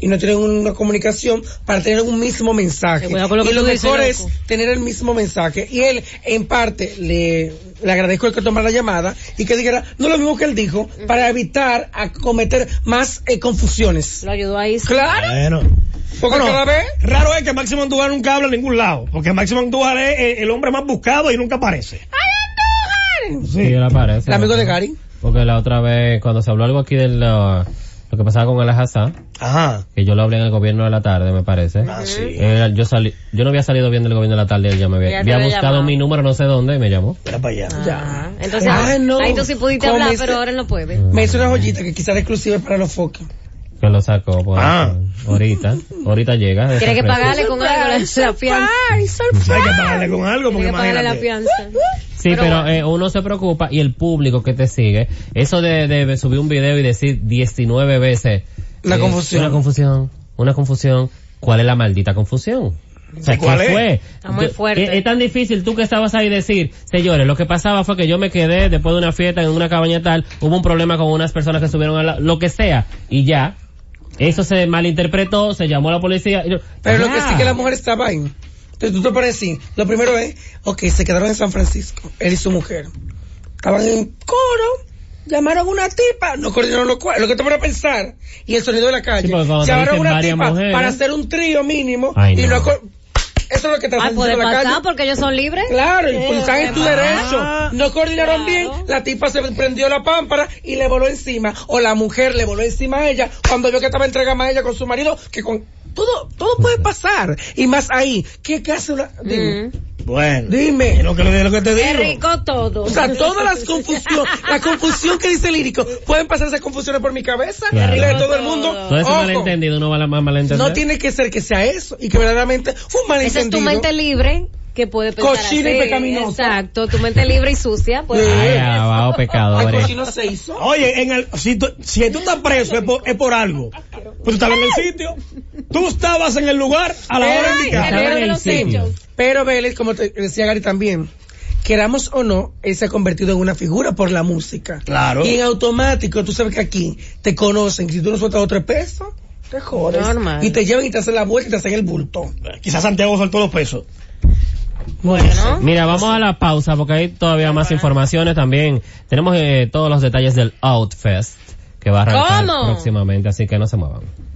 [SPEAKER 4] Y no tienen una comunicación para tener un mismo mensaje.
[SPEAKER 1] Eh, cuidado con lo que
[SPEAKER 4] y lo
[SPEAKER 1] tú dices,
[SPEAKER 4] mejor es
[SPEAKER 1] loco.
[SPEAKER 4] tener el mismo mensaje. Y él, en parte, le, le agradezco el que tomara la llamada y que dijera, no lo mismo que él dijo, para evitar a cometer más eh, confusiones.
[SPEAKER 1] Lo ayudó ahí.
[SPEAKER 4] Claro,
[SPEAKER 2] Bueno.
[SPEAKER 4] porque cada vez
[SPEAKER 2] Raro es que Máximo Andújar nunca habla en ningún lado. Porque Máximo Andújar es eh, el hombre más buscado y nunca aparece.
[SPEAKER 3] Sí, él aparece.
[SPEAKER 4] el amigo de Gary.
[SPEAKER 3] Porque la otra vez, cuando se habló algo aquí de lo, lo que pasaba con el Hassan,
[SPEAKER 2] Ajá.
[SPEAKER 3] que yo lo hablé en el gobierno de la tarde, me parece. Eh, yo salí, yo no había salido bien del gobierno de la tarde, él ya me había,
[SPEAKER 1] Ya te
[SPEAKER 3] había
[SPEAKER 1] había
[SPEAKER 3] buscado
[SPEAKER 1] llamado.
[SPEAKER 3] mi número no sé dónde y me llamó.
[SPEAKER 2] Mira para allá.
[SPEAKER 1] Ah, Entonces,
[SPEAKER 4] Ay, no.
[SPEAKER 1] ahí tú sí pudiste
[SPEAKER 4] Como
[SPEAKER 1] hablar,
[SPEAKER 4] ese-
[SPEAKER 1] pero ahora no puedes.
[SPEAKER 4] Me hizo una joyita que quizás era exclusiva para los foques.
[SPEAKER 3] Que lo sacó por
[SPEAKER 2] Ah.
[SPEAKER 3] ahorita, ahorita llega. de
[SPEAKER 4] (laughs)
[SPEAKER 1] Tiene que
[SPEAKER 3] sorpresa.
[SPEAKER 1] pagarle con algo la, la fianza.
[SPEAKER 2] Hay que pagarle con algo
[SPEAKER 1] Tiene
[SPEAKER 2] porque
[SPEAKER 1] que pagarle la
[SPEAKER 2] imagínate.
[SPEAKER 1] fianza.
[SPEAKER 3] Sí, pero, eh, uno se preocupa y el público que te sigue, eso de, de subir un video y decir 19 veces.
[SPEAKER 4] La
[SPEAKER 3] eh,
[SPEAKER 4] confusión.
[SPEAKER 3] Una confusión, una confusión. ¿Cuál es la maldita confusión? O sea,
[SPEAKER 2] ¿Y cuál
[SPEAKER 3] ¿qué
[SPEAKER 2] es?
[SPEAKER 3] fue?
[SPEAKER 1] Está muy
[SPEAKER 3] Yo-
[SPEAKER 1] fuerte.
[SPEAKER 3] Es, es tan difícil tú que estabas ahí decir, señores, lo que pasaba fue que yo me quedé después de una fiesta en una cabaña tal, hubo un problema con unas personas que subieron a la- lo que sea, y ya. Eso se malinterpretó, se llamó a la policía. y yo- "Ah,
[SPEAKER 4] Pero lo
[SPEAKER 3] Ya.
[SPEAKER 4] que sí que la mujer estaba ahí. Entonces tú te pones así. Lo primero es, ok, se quedaron en San Francisco, él y su mujer. Estaban en coro, llamaron a una tipa, no coordinaron los cuales, lo que te pones a pensar. Y el sonido de la calle.
[SPEAKER 3] Sí, porque cuando te
[SPEAKER 4] llamaron
[SPEAKER 3] dicen
[SPEAKER 4] a una
[SPEAKER 3] varias
[SPEAKER 4] tipa
[SPEAKER 3] mujeres-
[SPEAKER 4] para hacer un trío mínimo.
[SPEAKER 3] Ay,
[SPEAKER 4] y
[SPEAKER 3] no.
[SPEAKER 4] no co- Eso es lo que te
[SPEAKER 1] Ay,
[SPEAKER 4] hacen
[SPEAKER 1] puede
[SPEAKER 4] en la
[SPEAKER 1] pasar
[SPEAKER 4] calle.
[SPEAKER 1] pues porque ellos son libres.
[SPEAKER 4] Claro, y pues están en tu derecho. No coordinaron
[SPEAKER 1] Ah, Claro.
[SPEAKER 4] bien, la tipa se prendió la pámpara y le voló encima, o la mujer le voló encima a ella cuando vio que estaba entregada a ella con su marido, que con todo, todo puede pasar. Y más ahí, ¿qué, qué hace una?
[SPEAKER 1] Mm.
[SPEAKER 4] Dime.
[SPEAKER 2] Bueno. Es
[SPEAKER 4] dime.
[SPEAKER 2] lo que, es lo que te
[SPEAKER 1] Qué
[SPEAKER 2] digo.
[SPEAKER 1] rico todo.
[SPEAKER 4] O sea, todas las confusiones, la confusión que dice el lírico, pueden pasar esas confusiones por mi cabeza,
[SPEAKER 3] Claro.
[SPEAKER 4] y la de todo el mundo.
[SPEAKER 3] Todo ese
[SPEAKER 4] Ojo,
[SPEAKER 3] malentendido ¿eh? no va a la más malentendida.
[SPEAKER 4] no tiene que ser que sea eso, y que verdaderamente fue un
[SPEAKER 1] Esa es tu
[SPEAKER 4] malentendido.
[SPEAKER 1] mente libre que puede pensar
[SPEAKER 4] Cochina y
[SPEAKER 1] así.
[SPEAKER 4] pecaminosa.
[SPEAKER 1] Exacto, tu mente libre y sucia. Pues,
[SPEAKER 3] Ay, abajo
[SPEAKER 4] Ay, pues,
[SPEAKER 3] pecadores.
[SPEAKER 4] cochino se hizo.
[SPEAKER 2] Oye, en el, si, tú, si tú estás preso es por, es por algo. Pues tú estabas en el sitio, tú estabas en el lugar a la hora
[SPEAKER 1] Ay,
[SPEAKER 2] indicada.
[SPEAKER 1] el
[SPEAKER 3] Estaba
[SPEAKER 1] héroe
[SPEAKER 3] en
[SPEAKER 1] de
[SPEAKER 3] el
[SPEAKER 1] los
[SPEAKER 3] sitio.
[SPEAKER 1] hechos.
[SPEAKER 4] Pero Vélez, como te decía Gary también, queramos o no, él se ha convertido en una figura por la música.
[SPEAKER 2] Claro.
[SPEAKER 4] Y en automático, tú sabes que aquí te conocen, que si tú no sueltas otro peso, te jodes.
[SPEAKER 1] Normal.
[SPEAKER 4] Y te llevan y te hacen la vuelta y te hacen el bulto.
[SPEAKER 2] Quizás Santiago soltó los pesos.
[SPEAKER 1] Bueno,
[SPEAKER 3] Mira, vamos a la pausa porque hay todavía más informaciones también. Tenemos eh, todos los detalles del Outfest que va a arrancar
[SPEAKER 1] ¿Cómo?
[SPEAKER 3] próximamente, así que no se muevan.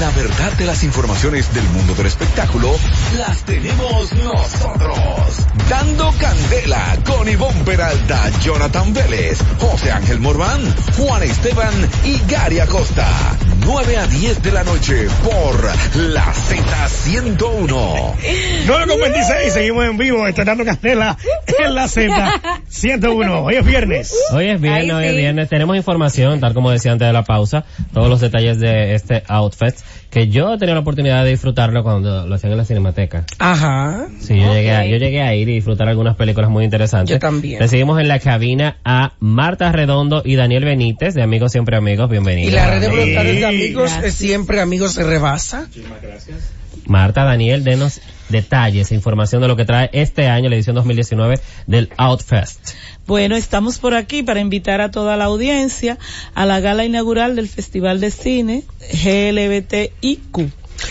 [SPEAKER 5] La verdad de las informaciones del mundo del espectáculo las tenemos nosotros. Dando candela con Ivonne Peralta, Jonathan Vélez, José Ángel Morván, Juan Esteban y Gary Acosta. 9 a 10 de la noche por la Z101.
[SPEAKER 2] 9.26, seguimos en vivo, estrenando Candela en la Z 101. Hoy es viernes.
[SPEAKER 3] Hoy es viernes,
[SPEAKER 1] Ay,
[SPEAKER 3] hoy es
[SPEAKER 1] sí.
[SPEAKER 3] viernes. Tenemos información, tal como decía antes de la pausa, todos los detalles de este Outfest que yo he tenido la oportunidad de disfrutarlo cuando lo hacían en la Cinemateca.
[SPEAKER 4] Ajá.
[SPEAKER 3] Sí, yo,
[SPEAKER 1] Ok.
[SPEAKER 3] llegué a, yo llegué a ir y disfrutar algunas películas muy interesantes.
[SPEAKER 4] Yo también.
[SPEAKER 3] Recibimos en la cabina a Marta Redondo y Daniel Benítez, de Amigos Siempre Amigos. Bienvenidos.
[SPEAKER 4] Y la red de voluntarios
[SPEAKER 2] Sí.
[SPEAKER 4] de amigos es
[SPEAKER 1] Gracias.
[SPEAKER 4] siempre amigos se rebasa.
[SPEAKER 3] Marta, Daniel, denos detalles, e información de lo que trae este año, la edición 2019 del Outfest.
[SPEAKER 7] Bueno, estamos por aquí para invitar a toda la audiencia a la gala inaugural del Festival de Cine GLBTIQ.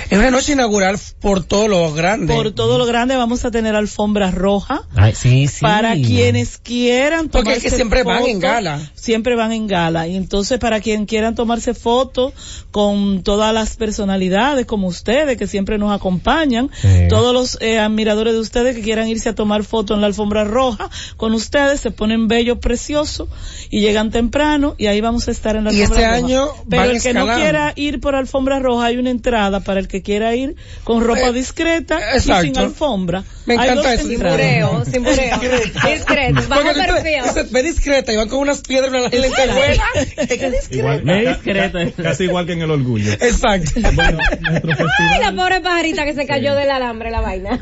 [SPEAKER 4] Es una noche inaugural por todo lo grande.
[SPEAKER 7] Por todo lo grande vamos a tener alfombra roja
[SPEAKER 3] Ay, sí, sí.
[SPEAKER 7] para quienes quieran
[SPEAKER 4] Porque es
[SPEAKER 7] tomarse
[SPEAKER 4] que siempre van en
[SPEAKER 7] foto,
[SPEAKER 4] gala.
[SPEAKER 7] Siempre van en gala. Y entonces para quien quieran tomarse fotos con todas las personalidades como ustedes que siempre nos acompañan,
[SPEAKER 3] Sí.
[SPEAKER 7] todos los eh, admiradores de ustedes que quieran irse a tomar fotos en la alfombra roja con ustedes, se ponen bellos, preciosos y llegan temprano y ahí vamos a estar en la
[SPEAKER 4] Y
[SPEAKER 7] alfombra
[SPEAKER 4] este
[SPEAKER 7] roja.
[SPEAKER 4] año
[SPEAKER 7] Pero
[SPEAKER 4] van
[SPEAKER 7] el que no
[SPEAKER 4] escalando.
[SPEAKER 7] quiera ir por alfombra roja hay una entrada para el que quiera ir con ropa
[SPEAKER 4] Eh,
[SPEAKER 7] discreta y sin
[SPEAKER 4] exacto.
[SPEAKER 7] alfombra.
[SPEAKER 4] Me
[SPEAKER 7] Hay
[SPEAKER 4] encanta
[SPEAKER 7] dos
[SPEAKER 4] eso.
[SPEAKER 1] sin
[SPEAKER 7] entradas.
[SPEAKER 1] bureo, sin bureo. Discreto,
[SPEAKER 4] Porque
[SPEAKER 1] bajo
[SPEAKER 4] tú te-
[SPEAKER 1] perfil.
[SPEAKER 4] se ve discreta y van con unas piedras en la lentejuela. (laughs)
[SPEAKER 3] Igual, me discreto.
[SPEAKER 8] Casi igual que en el orgullo.
[SPEAKER 4] Exacto.
[SPEAKER 8] Bueno, nuestro
[SPEAKER 1] Ay, la
[SPEAKER 8] festival,
[SPEAKER 1] pobre pajarita que se cayó del alambre la
[SPEAKER 4] (laughs)
[SPEAKER 1] vaina.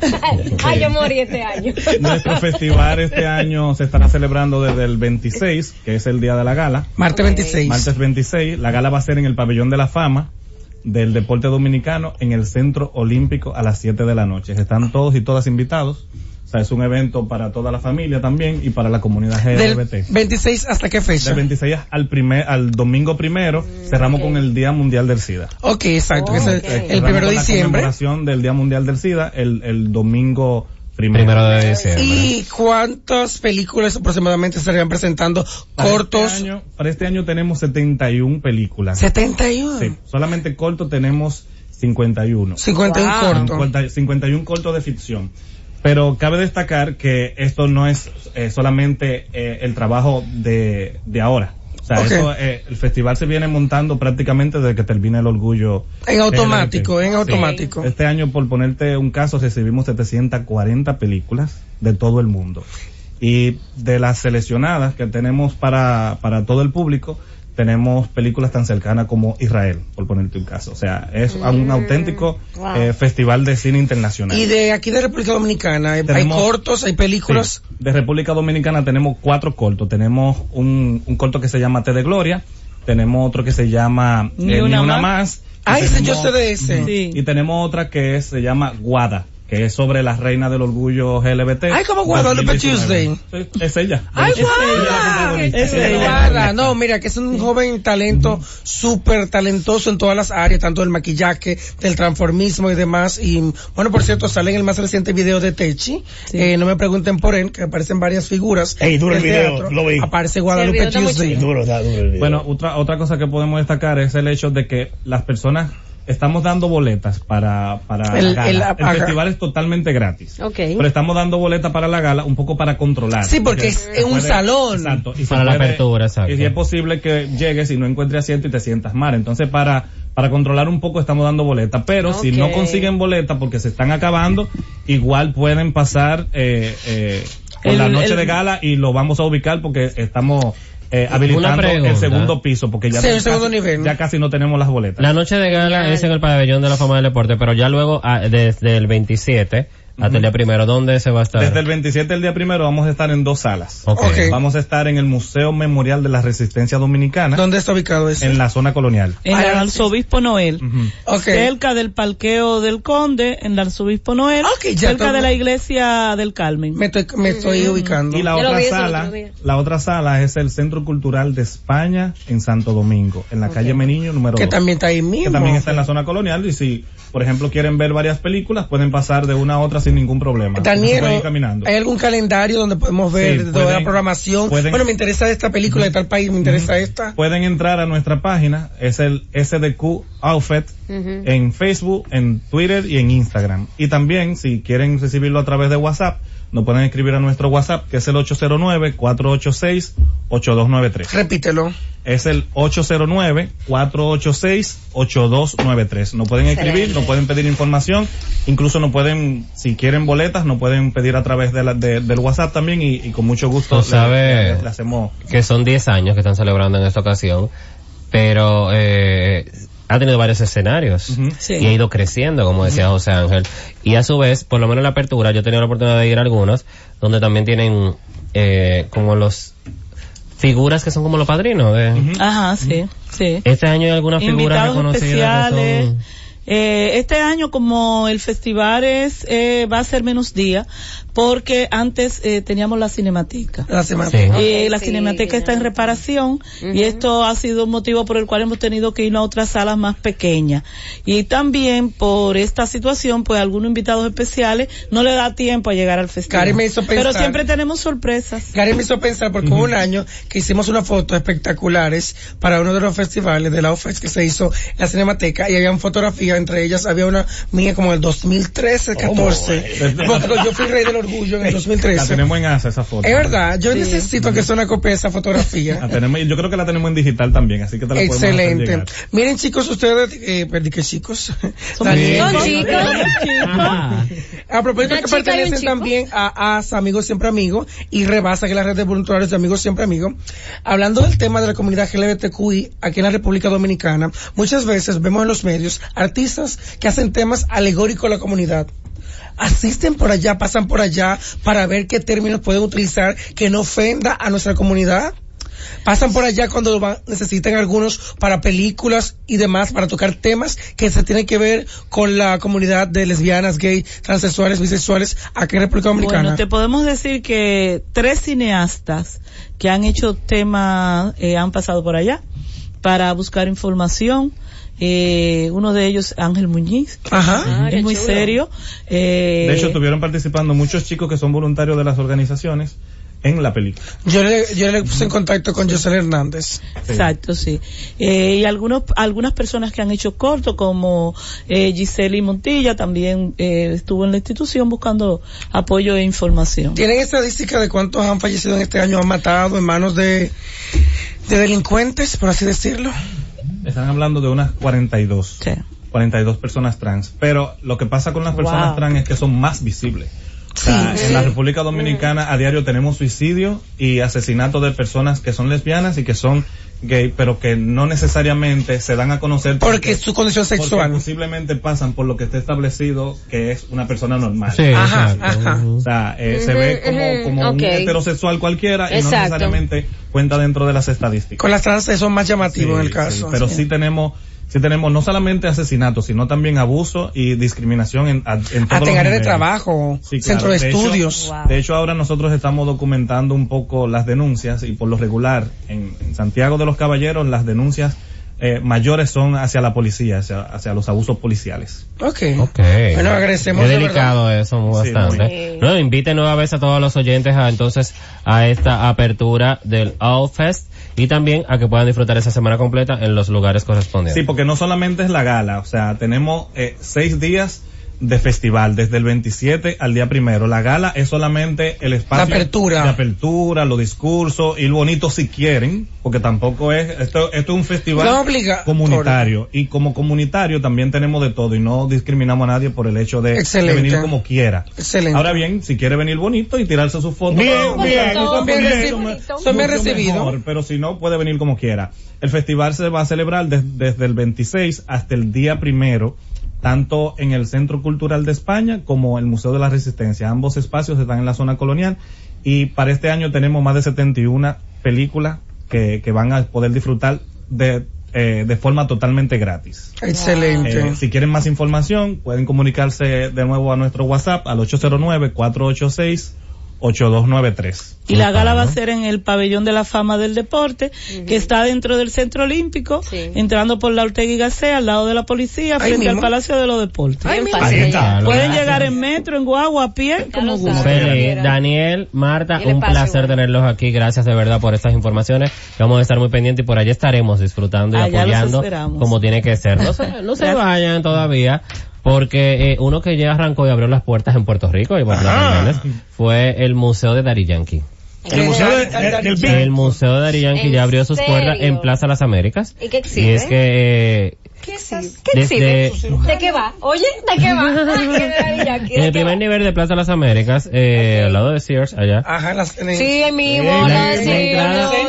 [SPEAKER 1] Ay, yo morí este año.
[SPEAKER 8] nuestro festival este año se estará celebrando desde el 26, que es el día de la gala.
[SPEAKER 4] Marte 26.
[SPEAKER 8] Martes 26, la gala va a ser en el Pabellón de la Fama del Deporte Dominicano en el Centro Olímpico a las 7 de la noche. Están todos y todas invitados. O sea, es un evento para toda la familia también y para la comunidad
[SPEAKER 4] Del
[SPEAKER 8] LGBT.
[SPEAKER 4] 26 hasta qué
[SPEAKER 8] eh,
[SPEAKER 4] fecha?
[SPEAKER 8] Del 26 al primer, al domingo primero, cerramos con el Día Mundial del SIDA.
[SPEAKER 4] Ok, exacto.
[SPEAKER 1] Oh,
[SPEAKER 4] que es el-
[SPEAKER 1] ok.
[SPEAKER 4] el
[SPEAKER 8] Cerramos
[SPEAKER 4] primero de
[SPEAKER 8] con la
[SPEAKER 4] diciembre.
[SPEAKER 8] conmemoración del Día Mundial del SIDA el, el domingo primero.
[SPEAKER 3] Primero de diciembre.
[SPEAKER 4] ¿Y cuántas películas aproximadamente estarían presentando?
[SPEAKER 8] Para
[SPEAKER 4] Cortos.
[SPEAKER 8] Este año, para este año tenemos 71 películas.
[SPEAKER 4] 71.
[SPEAKER 8] Sí, solamente corto tenemos 51.
[SPEAKER 4] 51 cortos.
[SPEAKER 8] 50 51 cortos de ficción. Pero cabe destacar que esto no es eh, solamente eh, el trabajo de, de ahora. O sea,
[SPEAKER 4] Ok.
[SPEAKER 8] eso, eh, el festival se viene montando prácticamente desde que termina el orgullo.
[SPEAKER 4] En automático,
[SPEAKER 8] LGBT.
[SPEAKER 4] en automático.
[SPEAKER 8] Este año, por ponerte un caso, recibimos 740 películas de todo el mundo. Y de las seleccionadas que tenemos para, para todo el público, tenemos películas tan cercanas como Israel, por ponerte un caso. O sea, es un auténtico
[SPEAKER 1] wow.
[SPEAKER 8] eh, festival de cine internacional.
[SPEAKER 4] Y de aquí de República Dominicana, eh, hay
[SPEAKER 8] Tenemos-
[SPEAKER 4] cortos, hay películas.
[SPEAKER 8] Sí. De República Dominicana tenemos cuatro cortos. Tenemos un, un corto que se llama Te de Gloria. Tenemos otro que se llama eh, Ni, una, más. Y
[SPEAKER 4] Ah, ese yo
[SPEAKER 8] tenemos-
[SPEAKER 4] sé de ese.
[SPEAKER 7] Sí.
[SPEAKER 8] Y tenemos otra que es- se llama Guada, que es sobre la reina del orgullo LGBT.
[SPEAKER 4] Ay, como Guadalupe
[SPEAKER 8] 2019. eh. Sí, es ella.
[SPEAKER 4] ¡Ay,
[SPEAKER 8] Es ella,
[SPEAKER 4] guarda!
[SPEAKER 8] la protagonista.
[SPEAKER 7] Es ella.
[SPEAKER 4] Guarda. No, mira, que es un joven talento, súper talentoso en todas las áreas, tanto del maquillaje, del transformismo y demás. Y bueno, por cierto, sale en el más reciente video de Techi. Eh, no me pregunten por él, que aparecen varias figuras.
[SPEAKER 2] Ey, duro el
[SPEAKER 4] del
[SPEAKER 2] video, lo vi.
[SPEAKER 4] Aparece
[SPEAKER 1] Sí, el
[SPEAKER 4] Guadalupe
[SPEAKER 1] video está muy
[SPEAKER 4] Tuesday.
[SPEAKER 2] Duro, está duro el video.
[SPEAKER 8] Bueno, otra, otra cosa que podemos destacar es el hecho de que las personas estamos dando boletas para, para la
[SPEAKER 4] El-
[SPEAKER 8] gala.
[SPEAKER 4] el-
[SPEAKER 8] el,
[SPEAKER 4] ajá.
[SPEAKER 8] festival es totalmente gratis.
[SPEAKER 1] Ok.
[SPEAKER 8] Pero estamos dando boletas para la gala un poco para controlar.
[SPEAKER 4] Sí, porque es
[SPEAKER 8] se
[SPEAKER 4] en un salón.
[SPEAKER 8] Exacto. y se
[SPEAKER 3] Para la apertura, exacto.
[SPEAKER 8] Y si es posible que llegues y no encuentres asiento y te sientas mal. Entonces, para, para controlar un poco estamos dando boletas. Pero si
[SPEAKER 1] Ok.
[SPEAKER 8] no consiguen boletas porque se están acabando, igual pueden pasar eh, eh, por la
[SPEAKER 7] El-
[SPEAKER 8] noche
[SPEAKER 7] el-
[SPEAKER 8] de gala y lo vamos a ubicar porque estamos eh,
[SPEAKER 3] Una
[SPEAKER 8] habilitando
[SPEAKER 3] pregunta.
[SPEAKER 8] el segundo piso porque ya,
[SPEAKER 4] Sí, el
[SPEAKER 8] casi-
[SPEAKER 4] segundo nivel.
[SPEAKER 8] ya casi no tenemos las boletas.
[SPEAKER 3] La noche de gala es en el pabellón de la fama del deporte, pero ya luego, ah, desde el 27 hasta el día primero, ¿dónde se va a estar?
[SPEAKER 8] Desde el 27 del día primero vamos a estar en dos salas.
[SPEAKER 3] Ok.
[SPEAKER 4] Ok.
[SPEAKER 8] Vamos a estar en el Museo Memorial de la Resistencia Dominicana
[SPEAKER 4] ¿Dónde está ubicado ese?
[SPEAKER 8] en la zona colonial.
[SPEAKER 7] En
[SPEAKER 4] Ay,
[SPEAKER 7] el
[SPEAKER 4] gracias.
[SPEAKER 7] arzobispo Noel.
[SPEAKER 8] Ujú.
[SPEAKER 4] Ok.
[SPEAKER 7] Cerca del parqueo del Conde, en el arzobispo Noel.
[SPEAKER 4] Ok, ya
[SPEAKER 7] cerca
[SPEAKER 4] todo-
[SPEAKER 7] de la iglesia del Carmen.
[SPEAKER 4] Me estoy, me estoy ubicando.
[SPEAKER 8] Y la
[SPEAKER 1] Yo lo
[SPEAKER 8] otra
[SPEAKER 1] vi eso el
[SPEAKER 8] sala,
[SPEAKER 1] otro día.
[SPEAKER 8] la otra sala es el Centro Cultural de España en Santo Domingo, en la calle Meniño número
[SPEAKER 4] que
[SPEAKER 8] 2.
[SPEAKER 4] también está ahí mismo.
[SPEAKER 8] que también está en la zona colonial y si, por ejemplo, quieren ver varias películas, pueden pasar de una a otra sin ningún problema. Se pueden ir
[SPEAKER 4] Daniel, eh,
[SPEAKER 8] caminando.
[SPEAKER 4] ¿hay algún calendario donde podemos ver
[SPEAKER 8] Sí,
[SPEAKER 4] toda la
[SPEAKER 8] pueden-
[SPEAKER 4] programación?
[SPEAKER 8] pueden-
[SPEAKER 4] bueno, me interesa esta película de tal país, me interesa esta.
[SPEAKER 8] Pueden entrar a nuestra página, es el SDQ Outfit,
[SPEAKER 1] Ujú.
[SPEAKER 8] en Facebook, en Twitter y en Instagram. Y también, si quieren recibirlo a través de WhatsApp, nos pueden escribir a nuestro WhatsApp, que es el 809-486-8293.
[SPEAKER 4] Repítelo.
[SPEAKER 8] Es el 809-486-8293. Nos pueden escribir,
[SPEAKER 1] Excelente.
[SPEAKER 8] nos pueden pedir información, incluso nos pueden, si quieren boletas, nos pueden pedir a través de la- de- del WhatsApp también y, y con mucho gusto
[SPEAKER 3] Tú
[SPEAKER 8] le-
[SPEAKER 3] sabes.
[SPEAKER 8] le- le hacemos
[SPEAKER 3] que son 10 años que están celebrando en esta ocasión, pero eh, ha tenido varios escenarios
[SPEAKER 8] Ujú.
[SPEAKER 7] Sí.
[SPEAKER 3] y ha ido creciendo, como decía José Ángel. Y a su vez, por lo menos en la apertura, yo he tenido la oportunidad de ir a algunos, donde también tienen eh, como los figuras que son como los padrinos. De,
[SPEAKER 7] Ajá, sí, sí.
[SPEAKER 3] Este año hay algunas figuras
[SPEAKER 7] Invitados
[SPEAKER 3] reconocidas que
[SPEAKER 7] especiales.
[SPEAKER 3] son...
[SPEAKER 7] Eh, este año como el festival es eh, va a ser menos día porque antes eh, teníamos la cinemateca.
[SPEAKER 4] La semana.
[SPEAKER 3] Sí.
[SPEAKER 7] Eh,
[SPEAKER 1] Ok,
[SPEAKER 7] la
[SPEAKER 1] sí,
[SPEAKER 7] cinemateca está en
[SPEAKER 1] ya.
[SPEAKER 7] reparación y esto ha sido un motivo por el cual hemos tenido que ir a otras salas más pequeñas. Y también por esta situación, pues algunos invitados especiales no le da tiempo a llegar al festival.
[SPEAKER 4] Karen me hizo pensar-
[SPEAKER 7] Pero siempre tenemos sorpresas.
[SPEAKER 4] Gary me hizo pensar porque hubo un año que hicimos unas fotos espectaculares para uno de los festivales de la OFES que se hizo en la Cinemateca y habían fotografías, entre ellas había una mía como del
[SPEAKER 8] Oh,
[SPEAKER 4] 2013, 14. porque yo fui rey del orgullo en el
[SPEAKER 8] La
[SPEAKER 4] 2013.
[SPEAKER 8] tenemos en ASA esa foto.
[SPEAKER 4] Es verdad, yo necesito que sea una copia de
[SPEAKER 8] (laughs)
[SPEAKER 4] esa fotografía.
[SPEAKER 8] La tenemos, y yo creo que la tenemos en digital también, así que te la podemos hacer
[SPEAKER 4] Excelente.
[SPEAKER 8] llegar.
[SPEAKER 4] Miren chicos, ustedes, eh, perdí que chicos.
[SPEAKER 1] Son
[SPEAKER 4] Daniel,
[SPEAKER 1] chicos.
[SPEAKER 3] Ah,
[SPEAKER 4] a propósito
[SPEAKER 1] Una
[SPEAKER 4] que
[SPEAKER 1] chica y un
[SPEAKER 4] pertenecen
[SPEAKER 1] chico.
[SPEAKER 4] también a ASA, Amigos Siempre Amigos, y Rebasa, que es la red de voluntarios de Amigos Siempre Amigos. Hablando del tema de la comunidad LGBTQI aquí en la República Dominicana, muchas veces vemos en los medios artistas que hacen temas alegóricos a la comunidad. Asisten por allá, pasan por allá para ver qué términos pueden utilizar que no ofenda a nuestra comunidad. Pasan por allá cuando lo van- necesitan algunos para películas y demás, para tocar temas que se tienen que ver con la comunidad de lesbianas, gays, transexuales, bisexuales, aquí en República Dominicana.
[SPEAKER 7] Bueno, te podemos decir que tres cineastas que han hecho temas eh, han pasado por allá para buscar información. Eh, uno de ellos, Ángel Muñiz,
[SPEAKER 4] Ajá.
[SPEAKER 7] es muy
[SPEAKER 1] Ah, chulo.
[SPEAKER 7] serio. Eh,
[SPEAKER 8] De hecho, estuvieron participando muchos chicos que son voluntarios de las organizaciones en la película.
[SPEAKER 4] Yo le, yo le puse en contacto con José Hernández.
[SPEAKER 7] Exacto, sí. Eh, y algunos, algunas personas que han hecho corto, como eh, Giseli Montilla, también eh, estuvo en la institución buscando apoyo e información.
[SPEAKER 4] ¿Tienen estadística de cuántos han fallecido en este año, han matado en manos de, de delincuentes, por así decirlo?
[SPEAKER 8] Están hablando de unas 42.
[SPEAKER 7] Sí.
[SPEAKER 8] 42 personas trans. Pero lo que pasa con las personas
[SPEAKER 7] Wow.
[SPEAKER 8] trans es que son más visibles. sea, en la República Dominicana a diario tenemos suicidio y asesinato de personas que son lesbianas y que son gay, pero que no necesariamente se dan a conocer
[SPEAKER 4] Porque su condición
[SPEAKER 8] porque
[SPEAKER 4] sexual.
[SPEAKER 8] posiblemente pasan por lo que está establecido que es una persona normal.
[SPEAKER 3] Sí,
[SPEAKER 4] Ajá,
[SPEAKER 3] exacto.
[SPEAKER 4] ajá.
[SPEAKER 8] O sea, eh, se ve
[SPEAKER 1] Ujú,
[SPEAKER 8] como,
[SPEAKER 1] ujú,
[SPEAKER 8] como
[SPEAKER 1] ok.
[SPEAKER 8] un heterosexual cualquiera y
[SPEAKER 1] Exacto.
[SPEAKER 8] no necesariamente cuenta dentro de las estadísticas.
[SPEAKER 4] Con las trans son más
[SPEAKER 8] Sí,
[SPEAKER 4] llamativos en el
[SPEAKER 8] sí,
[SPEAKER 4] caso.
[SPEAKER 8] pero sí tenemos sí tenemos no solamente asesinatos, sino también abuso y discriminación en, a- en todos
[SPEAKER 4] Hasta
[SPEAKER 8] los
[SPEAKER 4] en área de
[SPEAKER 8] niveles.
[SPEAKER 4] trabajo,
[SPEAKER 8] Sí, claro.
[SPEAKER 4] centro de,
[SPEAKER 8] De hecho,
[SPEAKER 4] estudios.
[SPEAKER 1] Wow.
[SPEAKER 8] De hecho, ahora nosotros estamos documentando un poco las denuncias y por lo regular en, en Santiago de los Caballeros las denuncias eh, mayores son hacia la policía, hacia, hacia los abusos policiales.
[SPEAKER 4] Ok.
[SPEAKER 8] Oh.
[SPEAKER 3] Ok.
[SPEAKER 4] Bueno, agradecemos
[SPEAKER 3] Es
[SPEAKER 4] de
[SPEAKER 3] delicado eso, muy
[SPEAKER 8] Sí,
[SPEAKER 3] bastante. No, invite nueva vez a todos los oyentes a entonces a esta apertura del Outfest y también a que puedan disfrutar esa semana completa en los lugares correspondientes.
[SPEAKER 8] Sí, porque no solamente es la gala, o sea, tenemos eh, seis días de festival, desde el 27 al día primero. La gala es solamente el espacio
[SPEAKER 4] La apertura.
[SPEAKER 8] de apertura, los discursos, y lo bonito si quieren, porque tampoco es, esto, esto es un festival
[SPEAKER 4] No obliga-
[SPEAKER 8] comunitario, y como comunitario también tenemos de todo, y no discriminamos a nadie por el hecho de, de
[SPEAKER 4] Excelente.
[SPEAKER 8] venir como quiera.
[SPEAKER 4] Excelente.
[SPEAKER 8] Ahora bien, si quiere venir bonito y tirarse sus fotos,
[SPEAKER 2] Bien,
[SPEAKER 8] vamos,
[SPEAKER 2] bien,
[SPEAKER 4] son bien, recibidos. son bien
[SPEAKER 8] mucho
[SPEAKER 4] recibidos.
[SPEAKER 8] mejor, pero si no, puede venir como quiera. El festival se va a celebrar des- desde el 26 hasta el día primero, tanto en el Centro Cultural de España como el Museo de la Resistencia. Ambos espacios están en la zona colonial y para este año tenemos más de 71 películas que, que van a poder disfrutar de, eh, de forma totalmente gratis.
[SPEAKER 4] Excelente.
[SPEAKER 8] Eh, si quieren más información, pueden comunicarse de nuevo a nuestro WhatsApp al 809-486-8293.
[SPEAKER 7] Y la gala va a ser en el pabellón de la fama del deporte, que está dentro del centro olímpico,
[SPEAKER 1] Sí.
[SPEAKER 7] entrando por la Ortega y Gasset, al lado de la policía,
[SPEAKER 4] Ahí
[SPEAKER 7] frente al
[SPEAKER 4] mismo.
[SPEAKER 7] Palacio de los Deportes.
[SPEAKER 1] Bien
[SPEAKER 2] Ahí
[SPEAKER 1] fácil.
[SPEAKER 2] está.
[SPEAKER 3] Claro.
[SPEAKER 7] Pueden llegar en metro, en guagua, a pie,
[SPEAKER 1] Ya
[SPEAKER 7] como
[SPEAKER 1] lo
[SPEAKER 7] gusten.
[SPEAKER 1] saben.
[SPEAKER 3] Feli,
[SPEAKER 1] Quiera.
[SPEAKER 3] Daniel, Marta,
[SPEAKER 1] Y el
[SPEAKER 3] un
[SPEAKER 1] espacio,
[SPEAKER 3] placer
[SPEAKER 1] bueno.
[SPEAKER 3] tenerlos aquí. Gracias de verdad por estas informaciones. Vamos a estar muy pendientes y por allá estaremos disfrutando y
[SPEAKER 7] Allá los
[SPEAKER 3] apoyando
[SPEAKER 7] esperamos.
[SPEAKER 3] como tiene que ser. No se, no se
[SPEAKER 7] Gracias.
[SPEAKER 3] vayan todavía. Porque eh, uno que ya arrancó y abrió las puertas en Puerto Rico y Bartolomé Jiménez, fue el Museo de Dari Yankee.
[SPEAKER 2] El museo de- de- del PIB.
[SPEAKER 3] El Museo de Dari Yankee
[SPEAKER 1] ¿En
[SPEAKER 3] ya abrió sus
[SPEAKER 1] serio?
[SPEAKER 3] puertas en Plaza Las Américas.
[SPEAKER 1] ¿Y qué
[SPEAKER 3] Y es
[SPEAKER 1] exhibe?
[SPEAKER 3] que eh,
[SPEAKER 1] ¿Qué exhibe? ¿Qué
[SPEAKER 3] Desde-
[SPEAKER 1] exhibe? ¿De qué va? Oye, ¿de qué va? ¿De
[SPEAKER 3] en el primer nivel de Plaza Las Américas, eh, al lado de Sears, allá,
[SPEAKER 4] Ajá, las en el-
[SPEAKER 1] Sí, el mismo,
[SPEAKER 3] Sí,
[SPEAKER 1] la
[SPEAKER 3] la-
[SPEAKER 1] de
[SPEAKER 3] la
[SPEAKER 1] siempre,
[SPEAKER 3] entrada-
[SPEAKER 1] oye.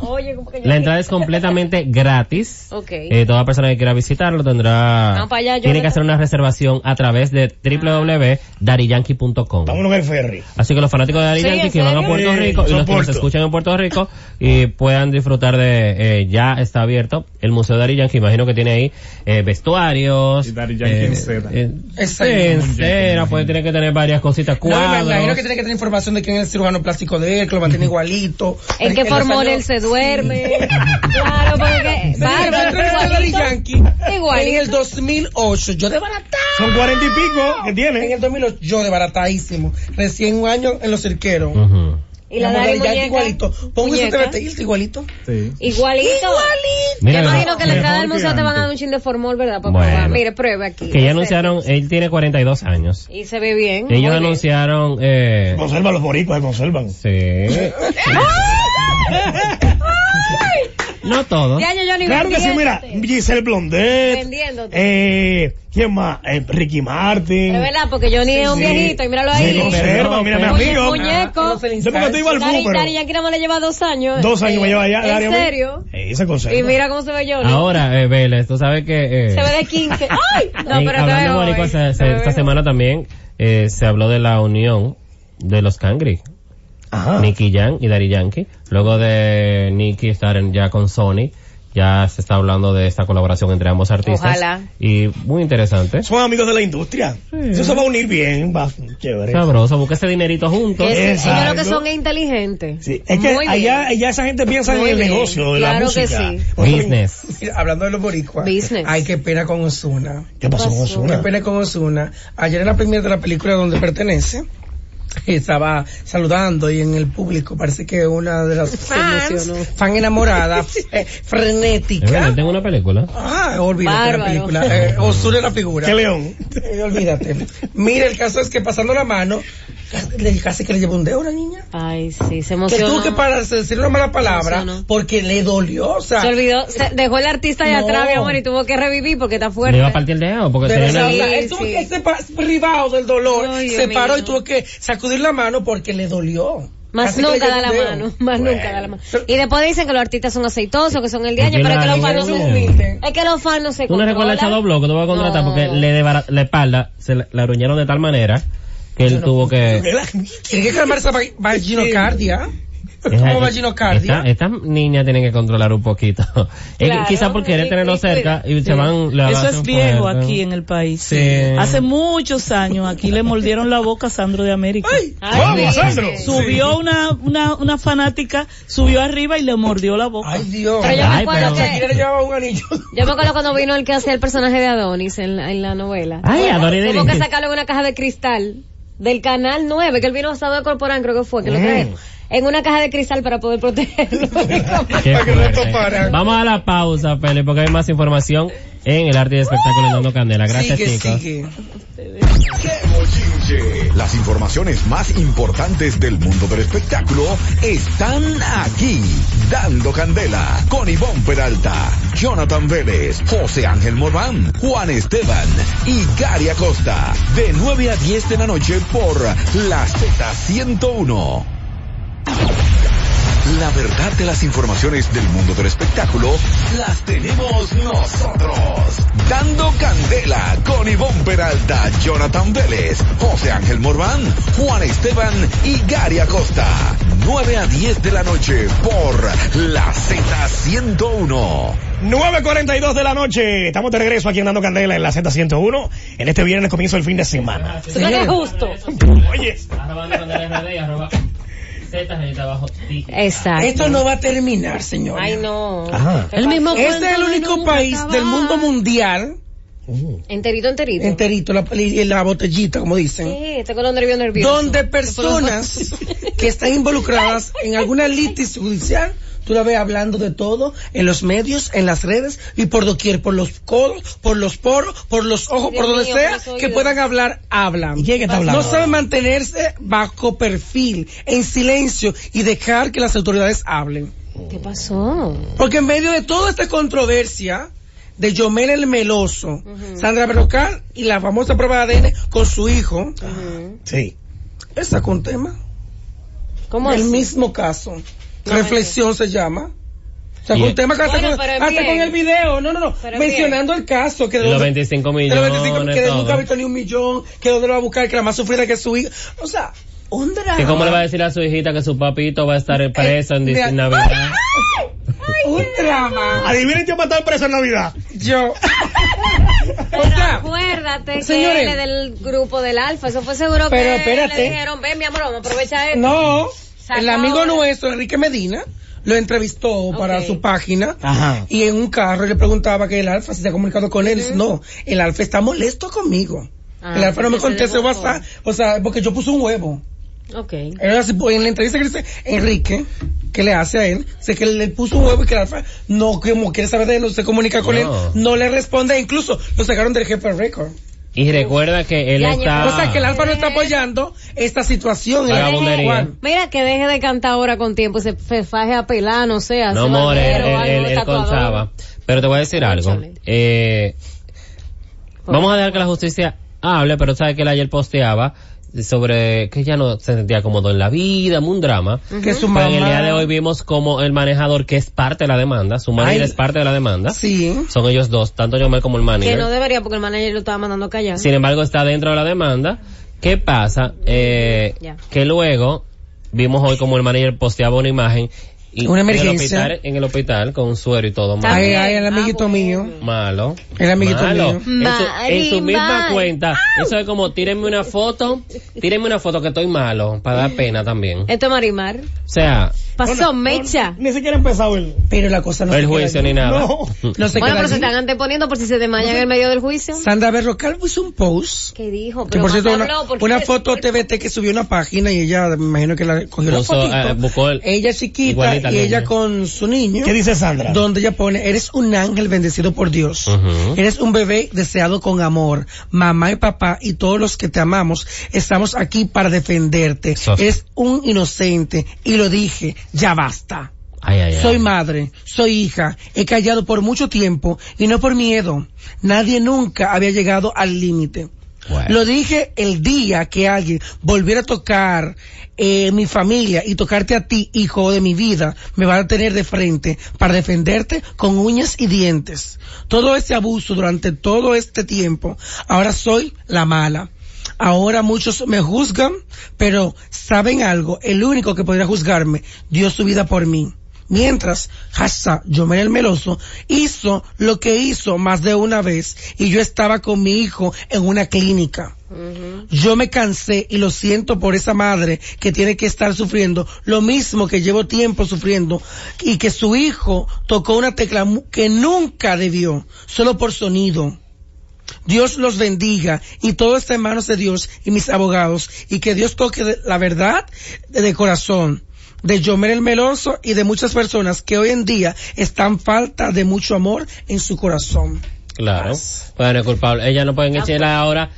[SPEAKER 1] Oye, como que yo-
[SPEAKER 3] La entrada es completamente gratis.
[SPEAKER 1] Ok.
[SPEAKER 3] Eh, toda persona que quiera visitarlo tendrá,
[SPEAKER 1] No, para allá yo
[SPEAKER 3] tiene
[SPEAKER 1] no-
[SPEAKER 3] que hacer una reservación a través de www.dariyankee.com.
[SPEAKER 2] Vámonos en el ferry.
[SPEAKER 3] Así que los fanáticos de Dari
[SPEAKER 1] Ah. Sí,
[SPEAKER 3] Yankee
[SPEAKER 1] ¿en
[SPEAKER 3] que van a
[SPEAKER 1] serio?
[SPEAKER 3] Puerto
[SPEAKER 2] Sí,
[SPEAKER 3] Rico y los que nos
[SPEAKER 2] soporto.
[SPEAKER 3] escuchan en Puerto Rico y puedan disfrutar de, eh, ya está abierto el Museo de Dari Yankee, imagino que tiene ahí eh, vestuarios.
[SPEAKER 8] Y Daddy Yankee
[SPEAKER 3] eh,
[SPEAKER 8] en seda.
[SPEAKER 3] eh,
[SPEAKER 4] Exacto.
[SPEAKER 3] en seda, pues tiene que tener varias cositas,
[SPEAKER 4] No, me
[SPEAKER 3] cuadros.
[SPEAKER 4] imagino que tiene que tener información de quién es el cirujano plástico de él, que lo
[SPEAKER 8] (laughs)
[SPEAKER 4] mantiene igualito.
[SPEAKER 1] ¿En qué
[SPEAKER 4] los
[SPEAKER 1] formol
[SPEAKER 4] años-
[SPEAKER 1] él se duerme? Claro, porque...
[SPEAKER 4] Sí,
[SPEAKER 1] Bárbaro,
[SPEAKER 4] yo entré en el Daddy
[SPEAKER 1] igualito.
[SPEAKER 4] Yankee
[SPEAKER 1] Igualito.
[SPEAKER 4] En el 2008, yo desbaratado.
[SPEAKER 2] Son cuarenta y pico que
[SPEAKER 4] En
[SPEAKER 2] tiene.
[SPEAKER 4] el 2008, yo desbaratadísimo. Recién un año en los cirqueros.
[SPEAKER 3] Ujú.
[SPEAKER 1] Y la
[SPEAKER 4] Mi amor,
[SPEAKER 1] Dari
[SPEAKER 4] Daddy Yankee
[SPEAKER 1] muñeca.
[SPEAKER 4] igualito. Pongo ese
[SPEAKER 1] Muñeca.
[SPEAKER 4] TVT y está igualito.
[SPEAKER 8] Sí.
[SPEAKER 1] Igualito.
[SPEAKER 3] Mira,
[SPEAKER 1] Yo imagino que en
[SPEAKER 8] mejor
[SPEAKER 1] la entrada del
[SPEAKER 8] que
[SPEAKER 1] museo te van a dar un
[SPEAKER 8] antes.
[SPEAKER 1] chin de formol, ¿verdad? Para
[SPEAKER 3] Bueno.
[SPEAKER 1] probar. Mire, pruebe aquí.
[SPEAKER 3] que ya
[SPEAKER 1] Ese-
[SPEAKER 3] anunciaron, él tiene 42 años.
[SPEAKER 1] Y se ve bien. muy
[SPEAKER 3] Ellos
[SPEAKER 1] bien.
[SPEAKER 3] anunciaron, eh,
[SPEAKER 8] Oh.
[SPEAKER 2] Conservan los boricuas, se conservan.
[SPEAKER 3] sí. No todos.
[SPEAKER 1] Ya, yo, yo ni
[SPEAKER 2] Claro que sí, mira,
[SPEAKER 1] vendiéndote.
[SPEAKER 2] Giselle Blondet,
[SPEAKER 1] Vendiéndote.
[SPEAKER 2] eh, ¿quién más? Eh, Ricky Martin.
[SPEAKER 1] Es verdad, porque Johnny es un
[SPEAKER 2] sí.
[SPEAKER 1] viejito y míralo
[SPEAKER 2] Se
[SPEAKER 1] ahí.
[SPEAKER 2] conserva, mira mi amigo.
[SPEAKER 1] Muñeco.
[SPEAKER 2] Yo porque te iba al
[SPEAKER 1] Dari, Dari
[SPEAKER 2] fútbol.
[SPEAKER 1] Yankee nada más le lleva dos años.
[SPEAKER 2] Dos años
[SPEAKER 1] Eh,
[SPEAKER 2] me lleva allá. Dari
[SPEAKER 1] ¿En
[SPEAKER 2] a mí.
[SPEAKER 1] serio?
[SPEAKER 2] Eh, se conserva.
[SPEAKER 1] Y mira cómo se ve Johnny.
[SPEAKER 3] Ahora, eh, Vélez, tú sabes que... Eh,
[SPEAKER 1] Se ve de
[SPEAKER 3] (laughs)
[SPEAKER 1] 15. ¡Ay! No,
[SPEAKER 3] en-
[SPEAKER 1] pero te
[SPEAKER 3] hablando de
[SPEAKER 1] veo
[SPEAKER 3] boricua,
[SPEAKER 1] hoy.
[SPEAKER 3] se- se-
[SPEAKER 1] Te veo
[SPEAKER 3] esta
[SPEAKER 1] hoy.
[SPEAKER 3] semana también eh, se habló de la unión de los Cangri.
[SPEAKER 2] Ajá.
[SPEAKER 3] Nicky Jan y Dari Yankee. Luego de Nicky estar en- ya con Sony, ya se está hablando de esta colaboración entre ambos artistas.
[SPEAKER 1] Ojalá.
[SPEAKER 3] Y muy interesante.
[SPEAKER 2] Son amigos de la industria. Eso se va a unir bien, va chévere.
[SPEAKER 3] Sabroso, busca ese dinerito juntos.
[SPEAKER 1] Que sí,
[SPEAKER 2] Exacto.
[SPEAKER 1] Ellos lo que son es inteligentes.
[SPEAKER 2] Sí, es que
[SPEAKER 1] Muy bien.
[SPEAKER 2] allá, allá esa gente piensa
[SPEAKER 1] Muy
[SPEAKER 2] en el
[SPEAKER 1] bien.
[SPEAKER 2] negocio, de la
[SPEAKER 1] Claro que
[SPEAKER 2] música.
[SPEAKER 1] sí.
[SPEAKER 3] Business.
[SPEAKER 4] Mira, Hablando de los boricuas.
[SPEAKER 1] Business.
[SPEAKER 4] Ay, qué pena con Osuna.
[SPEAKER 2] ¿Qué pasó con
[SPEAKER 4] Qué
[SPEAKER 2] Ozuna?
[SPEAKER 4] pena con Osuna. Ayer en la primera de la película donde pertenece, estaba saludando y en el público parece que una de las fans,
[SPEAKER 1] emocionó. (laughs)
[SPEAKER 4] fan enamorada, eh,
[SPEAKER 3] Es verdad,
[SPEAKER 4] frenética.
[SPEAKER 3] tengo una película.
[SPEAKER 4] Ah, olvídate de la
[SPEAKER 1] Bárbaro.
[SPEAKER 4] película. Eh, Osuna es la figura.
[SPEAKER 2] ¿Qué león?
[SPEAKER 4] Eh, olvídate. Mira, el caso es que pasando la mano, le- casi que le llevó un dedo a una niña.
[SPEAKER 1] Ay, sí, se
[SPEAKER 4] Que
[SPEAKER 1] emocionó.
[SPEAKER 4] tuvo que pararse, decir una mala palabra
[SPEAKER 1] Emocionó.
[SPEAKER 4] porque le dolió, o sea.
[SPEAKER 1] Se olvidó, se dejó el artista de
[SPEAKER 4] No.
[SPEAKER 1] atrás, mi amor, y tuvo que revivir porque está
[SPEAKER 3] Le
[SPEAKER 1] fuerte.
[SPEAKER 3] iba a partir el dedo porque
[SPEAKER 4] Pero,
[SPEAKER 3] tenía
[SPEAKER 4] o sea,
[SPEAKER 3] una-
[SPEAKER 4] o sea,
[SPEAKER 1] Sí,
[SPEAKER 4] él tuvo
[SPEAKER 1] sí.
[SPEAKER 4] que ser pa- privado del dolor,
[SPEAKER 1] Ay, Dios
[SPEAKER 4] se paró
[SPEAKER 1] mío.
[SPEAKER 4] y tuvo que sacudir la mano porque le dolió.
[SPEAKER 1] Más
[SPEAKER 4] Casi que le
[SPEAKER 1] nunca
[SPEAKER 4] llevó
[SPEAKER 1] da
[SPEAKER 4] un
[SPEAKER 1] la
[SPEAKER 4] dedo.
[SPEAKER 1] mano, más
[SPEAKER 4] Bueno.
[SPEAKER 1] nunca da la mano. Y después dicen que los artistas son aceitosos, que son el diaño,
[SPEAKER 3] Porque
[SPEAKER 1] pero es que
[SPEAKER 3] la
[SPEAKER 1] los fans no
[SPEAKER 3] niña-
[SPEAKER 1] se, es que los fans no se
[SPEAKER 3] Tú no recuerdas el
[SPEAKER 1] controlan.
[SPEAKER 3] Shadow Block que tú vas a contratar
[SPEAKER 1] No.
[SPEAKER 3] porque le debara- la espalda se la, la aruñaron de tal manera que él tuvo (laughs) que...
[SPEAKER 4] Tiene que calmar esa va- vaginocardia.
[SPEAKER 3] Esa-
[SPEAKER 4] ¿Cómo vaginocardia?
[SPEAKER 3] esta- Estas niñas tienen que controlar un poquito. (laughs) Es que
[SPEAKER 1] Claro,
[SPEAKER 3] Quizás por querer
[SPEAKER 1] y-
[SPEAKER 3] tenerlo
[SPEAKER 1] y-
[SPEAKER 3] cerca y
[SPEAKER 7] Sí.
[SPEAKER 3] se van... le
[SPEAKER 7] Eso
[SPEAKER 3] hacen
[SPEAKER 7] es viejo
[SPEAKER 3] fuerte.
[SPEAKER 7] aquí en el país.
[SPEAKER 3] Sí.
[SPEAKER 7] Hace muchos años aquí le mordieron la boca a Sandro de América.
[SPEAKER 1] Ay,
[SPEAKER 2] ¿Cómo,
[SPEAKER 1] sí.
[SPEAKER 2] Sandro?
[SPEAKER 7] Subió una, una, una fanática, subió arriba y le mordió la boca.
[SPEAKER 4] Ay, Dios.
[SPEAKER 1] Pero yo me
[SPEAKER 3] Ay,
[SPEAKER 1] acuerdo
[SPEAKER 3] pero-
[SPEAKER 4] Shakira le
[SPEAKER 1] que,
[SPEAKER 4] llevaba un anillo.
[SPEAKER 1] yo me acuerdo cuando vino el que hacía el personaje de Adonis en la, en la novela.
[SPEAKER 3] Ay, Adonis
[SPEAKER 1] Tuvo
[SPEAKER 3] Dennis.
[SPEAKER 1] que sacarlo en una caja de cristal del canal 9, que él vino asado de Corporán, creo que fue, que lo
[SPEAKER 2] Mm.
[SPEAKER 3] Eh.
[SPEAKER 1] trajo. En una caja de cristal para poder
[SPEAKER 3] (laughs)
[SPEAKER 1] protegerlo.
[SPEAKER 3] Qué
[SPEAKER 4] Para que no
[SPEAKER 3] fuerte.
[SPEAKER 4] toparan.
[SPEAKER 3] Vamos a la pausa, Feli, porque hay más información en el arte y espectáculo de Nando Candela. Gracias,
[SPEAKER 4] sigue,
[SPEAKER 3] chicos.
[SPEAKER 4] sigue.
[SPEAKER 5] Bochinche. Las informaciones más importantes del mundo del espectáculo están aquí. Dando Candela con Ivonne Peralta, Jonathan Vélez, José Ángel Morván, Juan Esteban y Gary Acosta. De 9 a 10 de la noche por la Z101. La verdad de las informaciones del mundo del espectáculo las tenemos nosotros. Dando candela con Ivonne Peralta, Jonathan Vélez, José Ángel Morván, Juan Esteban y Gary Acosta. 9 a 10 de la noche por la Z101.
[SPEAKER 2] 9.42 de la noche. Estamos de regreso aquí en Dando Candela en la Z101. En este viernes comienzo el fin de semana.
[SPEAKER 1] Eso no es justo.
[SPEAKER 2] Oye,
[SPEAKER 1] Exacto.
[SPEAKER 4] Esto no va a terminar, señor.
[SPEAKER 1] Ay, no.
[SPEAKER 2] Ajá.
[SPEAKER 1] El mismo
[SPEAKER 4] Este es el único país del mundo mundial,
[SPEAKER 1] Enterito, enterito.
[SPEAKER 4] enterito, la, la- la botellita, como dicen,
[SPEAKER 1] Sí, este tengo los nervios nerviosos.
[SPEAKER 4] donde personas (laughs) que están involucradas en alguna litis judicial, tú la ves hablando de todo, en los medios, en las redes y por doquier, por los codos, por los poros, por los ojos,
[SPEAKER 1] Dios
[SPEAKER 4] por donde
[SPEAKER 1] mío, por
[SPEAKER 4] sea,
[SPEAKER 1] los oídos.
[SPEAKER 4] que puedan hablar, hablan.
[SPEAKER 2] ¿Y quién está hablando?
[SPEAKER 4] No saben mantenerse bajo perfil, en silencio y dejar que las autoridades hablen.
[SPEAKER 1] ¿Qué pasó?
[SPEAKER 4] Porque en medio de toda esta controversia de Yomel el Meloso, Sandra Berrocal y la famosa prueba de ADN con su hijo,
[SPEAKER 2] Sí.
[SPEAKER 4] él sacó un tema.
[SPEAKER 1] ¿Cómo
[SPEAKER 4] el
[SPEAKER 1] así?
[SPEAKER 4] mismo caso. Reflexión se llama. Sacó
[SPEAKER 3] Bien.
[SPEAKER 4] un tema que hasta,
[SPEAKER 1] Bueno,
[SPEAKER 4] con,
[SPEAKER 1] pero es
[SPEAKER 4] hasta
[SPEAKER 1] bien.
[SPEAKER 4] con el video, no, no, no,
[SPEAKER 1] Pero es
[SPEAKER 4] mencionando el caso. Que
[SPEAKER 3] Y
[SPEAKER 4] de
[SPEAKER 3] los
[SPEAKER 4] dónde-
[SPEAKER 3] 25
[SPEAKER 4] de los 25
[SPEAKER 3] millones,
[SPEAKER 4] que de
[SPEAKER 3] todo.
[SPEAKER 4] nunca ha visto ni un millón, que dónde lo va a buscar, que la más sufrida que es su hijo. O sea, un drama.
[SPEAKER 3] ¿Y cómo le va a decir a su hijita que su papito va a
[SPEAKER 4] Eh,
[SPEAKER 3] estar preso en,
[SPEAKER 4] mira.
[SPEAKER 3] en
[SPEAKER 4] (laughs)
[SPEAKER 3] Navidad?
[SPEAKER 4] Un drama.
[SPEAKER 2] Adivinen quién va a estar preso en Navidad.
[SPEAKER 4] Yo.
[SPEAKER 1] Pero
[SPEAKER 4] o sea,
[SPEAKER 1] acuérdate
[SPEAKER 4] señores.
[SPEAKER 1] que él es del grupo del Alfa. Eso fue seguro
[SPEAKER 4] Pero
[SPEAKER 1] que
[SPEAKER 4] espérate.
[SPEAKER 1] le dijeron, ven mi amor, vamos a aprovechar esto.
[SPEAKER 4] No,
[SPEAKER 1] Sacó
[SPEAKER 4] el amigo
[SPEAKER 1] ahora.
[SPEAKER 4] nuestro, Enrique Medina, lo entrevistó para su página
[SPEAKER 2] Ajá.
[SPEAKER 4] y en un carro le preguntaba que el Alfa se ha comunicado con él. Dice, No, el Alfa está molesto conmigo.
[SPEAKER 1] Ah,
[SPEAKER 4] el Alfa no me
[SPEAKER 1] porque se
[SPEAKER 4] contesta
[SPEAKER 1] le botó.
[SPEAKER 4] WhatsApp, o sea, porque yo puse un huevo.
[SPEAKER 1] Ok.
[SPEAKER 4] Era así, pues, en la entrevista que dice Enrique, que le hace a él, sé que le puso un huevo y que el Alfa no como quiere saber de él, no se comunica con
[SPEAKER 3] No.
[SPEAKER 4] él, no le responde, incluso lo sacaron del jefe record.
[SPEAKER 3] Y recuerda que él
[SPEAKER 1] Ya,
[SPEAKER 3] está...
[SPEAKER 1] ya.
[SPEAKER 4] O sea, que el Alfa no está
[SPEAKER 1] Ah.
[SPEAKER 4] apoyando esta situación. El Alfa
[SPEAKER 3] Vagabundería.
[SPEAKER 4] igual.
[SPEAKER 1] Mira que deje de cantar ahora con tiempo, se, se faje a pelar, no sé, a
[SPEAKER 3] No,
[SPEAKER 1] ser
[SPEAKER 3] amor, él,
[SPEAKER 1] barbero,
[SPEAKER 3] él-
[SPEAKER 1] algo,
[SPEAKER 3] él- él
[SPEAKER 1] tatuador.
[SPEAKER 3] contaba. Pero te voy a decir algo.
[SPEAKER 1] Cónchale.
[SPEAKER 3] Eh, vamos a dejar que la justicia hable, pero sabes que él ayer posteaba sobre que ya no se sentía cómodo en la vida, un drama.
[SPEAKER 4] Que su
[SPEAKER 3] Pero en el día
[SPEAKER 4] mamá-
[SPEAKER 3] de hoy vimos como el manejador, que es parte de la demanda, su manager
[SPEAKER 4] Ay.
[SPEAKER 3] es parte de la demanda.
[SPEAKER 4] Sí.
[SPEAKER 3] Son ellos dos, tanto Yomel como el
[SPEAKER 1] Que
[SPEAKER 3] manager.
[SPEAKER 1] no debería porque el manager lo estaba mandando a callar.
[SPEAKER 3] Sin embargo, está dentro de la demanda. ¿Qué pasa? Eh,
[SPEAKER 1] Ya.
[SPEAKER 3] Que luego vimos hoy como el manager posteaba una imagen y
[SPEAKER 4] Una
[SPEAKER 3] en el
[SPEAKER 4] emergencia.
[SPEAKER 3] hospital, en el hospital con un suero y todo
[SPEAKER 1] Está
[SPEAKER 3] malo.
[SPEAKER 4] Ay,
[SPEAKER 1] bien.
[SPEAKER 4] ay, el amiguito
[SPEAKER 1] Ah, bueno.
[SPEAKER 4] mío.
[SPEAKER 3] Malo.
[SPEAKER 4] El amiguito
[SPEAKER 3] Malo.
[SPEAKER 4] mío.
[SPEAKER 3] En su, en su
[SPEAKER 1] Marimba.
[SPEAKER 3] misma cuenta. Eso es como, tírenme una foto, tírenme una foto que estoy malo, para dar pena también. O
[SPEAKER 1] Esto es Marimar.
[SPEAKER 3] sea,
[SPEAKER 1] pasó,
[SPEAKER 2] No, no,
[SPEAKER 1] Mecha?
[SPEAKER 2] Ni siquiera ha empezado el...
[SPEAKER 4] Pero la cosa no
[SPEAKER 3] el
[SPEAKER 4] se queda
[SPEAKER 3] juicio
[SPEAKER 4] allí.
[SPEAKER 3] ni nada.
[SPEAKER 2] No.
[SPEAKER 4] No se
[SPEAKER 1] Bueno,
[SPEAKER 4] queda
[SPEAKER 1] pero se
[SPEAKER 4] allí.
[SPEAKER 1] están anteponiendo por si se desmayan en el medio del juicio.
[SPEAKER 4] Sandra Berrocal puso un post.
[SPEAKER 1] ¿Qué dijo?
[SPEAKER 4] Que
[SPEAKER 1] Pero
[SPEAKER 4] por
[SPEAKER 1] más
[SPEAKER 4] cierto, una,
[SPEAKER 1] habló, porque-
[SPEAKER 4] una foto TVT que subió a una página y ella, me imagino que la cogió
[SPEAKER 3] Puso,
[SPEAKER 4] la fotito.
[SPEAKER 3] eh, buscó el-
[SPEAKER 4] ella chiquita
[SPEAKER 3] igualita al
[SPEAKER 4] y ella
[SPEAKER 3] niño.
[SPEAKER 4] con su niño.
[SPEAKER 2] ¿Qué dice Sandra?
[SPEAKER 4] Donde ella pone, eres un ángel bendecido por Dios.
[SPEAKER 3] Ujú.
[SPEAKER 4] Eres un bebé deseado con amor. Mamá y papá y todos los que te amamos estamos aquí para defenderte.
[SPEAKER 3] Sos-
[SPEAKER 4] Eres un inocente. Y lo dije, ya basta.
[SPEAKER 3] (laughs) Ay, ay, ay.
[SPEAKER 4] Soy madre, soy hija, he callado por mucho tiempo y no por miedo. Nadie nunca había llegado al límite.
[SPEAKER 3] Bueno.
[SPEAKER 4] Lo dije el día que alguien volviera a tocar eh, mi familia y tocarte a ti, hijo de mi vida, me van a tener de frente para defenderte con uñas y dientes. Todo ese abuso durante todo este tiempo, ahora soy la mala. Ahora muchos me juzgan, pero saben algo, el único que podría juzgarme dio su vida por mí. Mientras, hashtag, Yomel el Meloso hizo lo que hizo más de una vez y yo estaba con mi hijo en una clínica. Yo me cansé y lo siento por esa madre que tiene que estar sufriendo lo mismo que llevo tiempo sufriendo y que su hijo tocó una tecla mu- que nunca debió, solo por sonido. Dios los bendiga y todo está en manos de Dios y mis abogados y que Dios toque de- la verdad de, de corazón de Yomer el Meloso y de muchas personas que hoy en día están falta de mucho amor en su corazón.
[SPEAKER 3] Claro. Bueno, es culpable. Ella no pueden echarla ahora.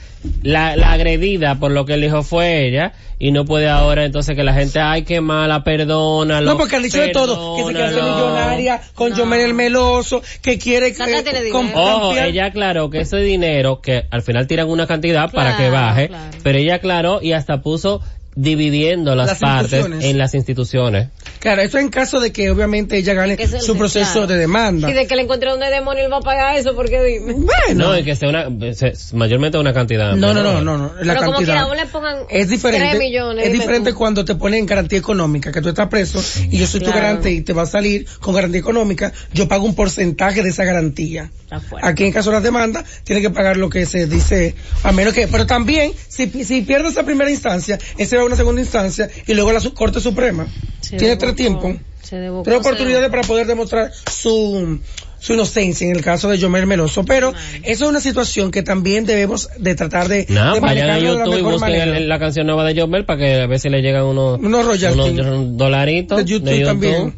[SPEAKER 3] La, la agredida por lo que él dijo fue ella. Y no puede ahora entonces que la gente, ay, qué mala, perdónalo.
[SPEAKER 4] no, porque han dicho de todo, que se quiere hacer
[SPEAKER 3] perdónalo".
[SPEAKER 4] millonaria con Yomer el Meloso, que quiere eh,
[SPEAKER 1] Sácatele dinero.
[SPEAKER 4] con-
[SPEAKER 3] Ojo,
[SPEAKER 4] campear-
[SPEAKER 3] ella aclaró que ese dinero, que al final tiran una cantidad para
[SPEAKER 1] Claro,
[SPEAKER 3] que baje,
[SPEAKER 1] claro.
[SPEAKER 3] pero ella aclaró y hasta puso dividiendo las,
[SPEAKER 4] Las
[SPEAKER 3] partes
[SPEAKER 4] instituciones.
[SPEAKER 3] en las instituciones.
[SPEAKER 4] Claro, esto en caso de que obviamente ella gane
[SPEAKER 1] Que es el-
[SPEAKER 4] su proceso
[SPEAKER 1] claro.
[SPEAKER 4] de demanda.
[SPEAKER 1] Y de que le encontré donde demonio él va a pagar eso, porque dime.
[SPEAKER 4] Bueno,
[SPEAKER 3] No, y que sea una, se- mayormente una cantidad.
[SPEAKER 4] Eh, No, no, no,
[SPEAKER 3] menor.
[SPEAKER 4] no, no, la
[SPEAKER 1] Pero como
[SPEAKER 4] cantidad.
[SPEAKER 1] quiera, aún le pongan
[SPEAKER 4] es diferente.
[SPEAKER 1] tres millones,
[SPEAKER 4] es
[SPEAKER 1] dime
[SPEAKER 4] diferente
[SPEAKER 1] tú.
[SPEAKER 4] cuando te ponen en garantía económica, que tú estás preso y yo soy tu
[SPEAKER 1] Claro.
[SPEAKER 4] garante y te va a salir con garantía económica, yo pago un porcentaje de esa garantía.
[SPEAKER 1] Está fuerte.
[SPEAKER 4] Aquí en caso de las demandas, tiene que pagar lo que se dice, a menos que, pero también, si, si pierdes esa primera instancia, ese va a una segunda instancia y luego la su- Corte Suprema.
[SPEAKER 1] Se
[SPEAKER 4] Ah, tiene
[SPEAKER 1] debocó,
[SPEAKER 4] tres tiempos.
[SPEAKER 1] se debocó,
[SPEAKER 4] Tres
[SPEAKER 1] se
[SPEAKER 4] oportunidades para poder demostrar su, su inocencia en el caso de Jomer Meloso. Pero eso es una situación que también debemos de tratar de,
[SPEAKER 3] No, vayan a
[SPEAKER 4] de manejarlo de la
[SPEAKER 3] YouTube y
[SPEAKER 4] mejor
[SPEAKER 3] busquen
[SPEAKER 4] manera.
[SPEAKER 3] el- la canción nueva de John Bell para que a ver si le llegan unos,
[SPEAKER 4] Unos royalties.
[SPEAKER 3] unos dolaritos
[SPEAKER 4] de YouTube también.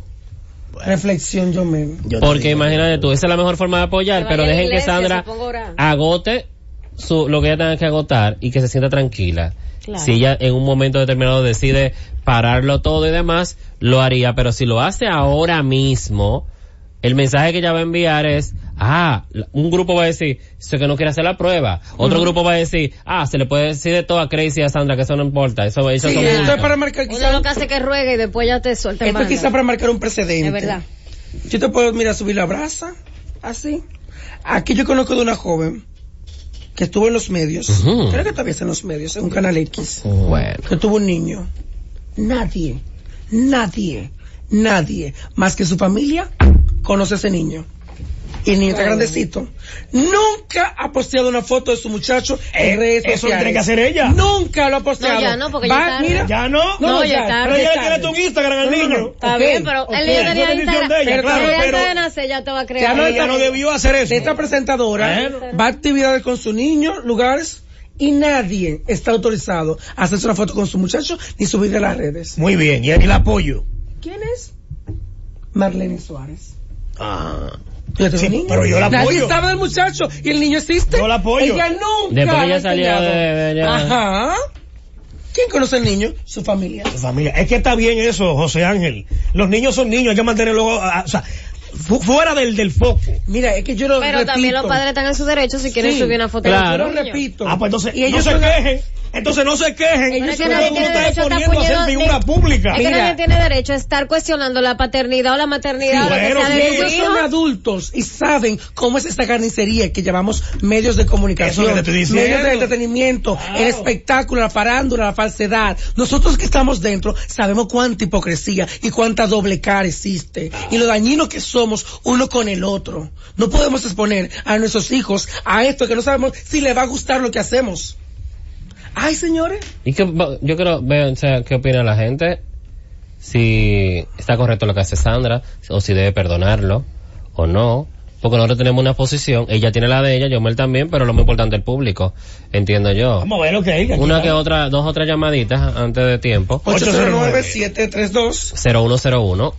[SPEAKER 4] Reflexión, Jomer.
[SPEAKER 3] Porque imagínate tú, esa es la mejor forma de apoyar,
[SPEAKER 1] Que
[SPEAKER 3] pero
[SPEAKER 1] vaya a la
[SPEAKER 3] dejen que
[SPEAKER 1] iglesia,
[SPEAKER 3] Sandra
[SPEAKER 1] se ponga a orar.
[SPEAKER 3] agote su, lo que ella tenga que agotar y que se sienta tranquila.
[SPEAKER 1] Claro.
[SPEAKER 3] Si ella en un momento determinado decide pararlo todo y demás, lo haría, pero si lo hace ahora mismo, el mensaje que ella va a enviar es, ah, la- un grupo va a decir, eso que no quiere hacer la prueba. Otro grupo va a decir, ah, se le puede decir de todo a Crazy y a Sandra, que eso no importa. Eso, eso
[SPEAKER 4] Sí,
[SPEAKER 3] son
[SPEAKER 4] esto
[SPEAKER 3] bultos.
[SPEAKER 4] es para marcar
[SPEAKER 1] Uno
[SPEAKER 4] quizás,
[SPEAKER 1] lo que hace es que ruega y después ya te suelta.
[SPEAKER 4] esto
[SPEAKER 1] manga.
[SPEAKER 4] quizá para marcar un precedente.
[SPEAKER 1] Es verdad.
[SPEAKER 4] Yo te puedo, mira, subir la brasa, así. Aquí yo conozco de una joven que estuvo en los medios,
[SPEAKER 3] Ujú.
[SPEAKER 4] creo que todavía está en los medios, en un canal X,
[SPEAKER 3] Bueno.
[SPEAKER 4] que tuvo un niño. Nadie, nadie, nadie, más que su familia, conoce a ese niño. Y el niño está grandecito. Nunca ha posteado una foto de su muchacho en
[SPEAKER 2] Eh,
[SPEAKER 4] redes sociales.
[SPEAKER 2] eso lo tiene que hacer ella.
[SPEAKER 4] Nunca lo ha posteado.
[SPEAKER 1] ya no, porque ya
[SPEAKER 4] Va,
[SPEAKER 1] está-
[SPEAKER 4] mira,
[SPEAKER 2] Ya no.
[SPEAKER 4] No,
[SPEAKER 1] ya está,
[SPEAKER 2] Pero
[SPEAKER 1] ya
[SPEAKER 2] ella le
[SPEAKER 1] está.
[SPEAKER 2] tiene tu Instagram al
[SPEAKER 4] No, no, no.
[SPEAKER 2] niño.
[SPEAKER 1] Está
[SPEAKER 4] Ok,
[SPEAKER 1] bien, pero
[SPEAKER 4] ok,
[SPEAKER 1] él ya
[SPEAKER 2] eso es
[SPEAKER 1] tenía
[SPEAKER 2] decisión
[SPEAKER 1] Instagram.
[SPEAKER 2] de ella,
[SPEAKER 1] Pero
[SPEAKER 2] claro,
[SPEAKER 1] ella
[SPEAKER 2] pero-
[SPEAKER 1] antes de nacer ya te va a creer.
[SPEAKER 4] Ya no,
[SPEAKER 2] Ella no debió hacer eso.
[SPEAKER 4] de esta presentadora
[SPEAKER 2] Bueno.
[SPEAKER 4] va a actividades con su niño, lugares, y nadie está autorizado a hacerse una foto con su muchacho ni subir a las redes.
[SPEAKER 2] Muy bien, y el apoyo.
[SPEAKER 4] ¿Quién es? Marlene Suárez.
[SPEAKER 2] Ah.
[SPEAKER 4] Yo tengo
[SPEAKER 2] Sí,
[SPEAKER 4] un niño.
[SPEAKER 2] pero yo la
[SPEAKER 4] Nadie
[SPEAKER 2] apoyo.
[SPEAKER 4] sabe del muchacho y el niño existe.
[SPEAKER 2] Yo la apoyo.
[SPEAKER 4] Ella nunca.
[SPEAKER 3] Después que
[SPEAKER 4] lo
[SPEAKER 3] ella
[SPEAKER 4] ha
[SPEAKER 3] salió
[SPEAKER 4] enseñado.
[SPEAKER 3] de- de-
[SPEAKER 4] Ajá. ¿Quién conoce al niño? Su familia.
[SPEAKER 2] Tu familia. Es que está bien eso, José Ángel. Los niños son niños, hay que mantenerlos, ah, o sea, fu- fuera del, del foco.
[SPEAKER 4] Mira, es que yo lo
[SPEAKER 1] Pero
[SPEAKER 4] repito.
[SPEAKER 1] también los padres están en su derecho si quieren
[SPEAKER 4] Sí,
[SPEAKER 1] subir una foto.
[SPEAKER 3] claro.
[SPEAKER 4] Yo
[SPEAKER 1] de
[SPEAKER 4] lo
[SPEAKER 1] los niños.
[SPEAKER 4] repito.
[SPEAKER 2] Ah, pues entonces
[SPEAKER 4] Y
[SPEAKER 2] no
[SPEAKER 4] ellos
[SPEAKER 2] se
[SPEAKER 4] son-
[SPEAKER 2] quejen. Entonces no se quejen. Todo
[SPEAKER 4] Ellos
[SPEAKER 1] Pero es que
[SPEAKER 4] son-
[SPEAKER 2] el
[SPEAKER 1] nadie
[SPEAKER 4] ¿cómo
[SPEAKER 1] tiene
[SPEAKER 2] mundo está
[SPEAKER 1] derecho a estar
[SPEAKER 2] exponiendo a ser
[SPEAKER 1] poniendo-
[SPEAKER 2] figura pública.
[SPEAKER 1] Es que nadie
[SPEAKER 4] Mira.
[SPEAKER 1] tiene derecho a estar cuestionando la paternidad o la maternidad
[SPEAKER 2] Sí,
[SPEAKER 1] o lo
[SPEAKER 2] bueno,
[SPEAKER 1] que sea
[SPEAKER 2] sí,
[SPEAKER 1] de tu
[SPEAKER 4] ellos
[SPEAKER 1] hijo.
[SPEAKER 4] son adultos y saben cómo es esta carnicería que llamamos medios de comunicación,
[SPEAKER 2] Eso que te estoy diciendo.
[SPEAKER 4] medios de entretenimiento, el espectáculo, la farándula, la falsedad. Nosotros que estamos dentro sabemos cuánta hipocresía y cuánta doble cara existe y lo dañino que somos uno con el otro. No podemos exponer a nuestros hijos a esto que no sabemos si les va a gustar lo que hacemos. Ay, señores.
[SPEAKER 3] Y que bo- yo creo, veo, o sea, ¿qué opina la gente? si está correcto lo que hace Sandra o si debe perdonarlo o no. Porque nosotros tenemos una posición, ella tiene la de ella, yo él también, pero lo más importante el público, entiendo yo.
[SPEAKER 2] Vamos a ver lo que hay. que aquí
[SPEAKER 3] Una
[SPEAKER 2] hay.
[SPEAKER 3] que otra, dos o tres llamaditas antes de tiempo.
[SPEAKER 4] 809-732.
[SPEAKER 3] 0101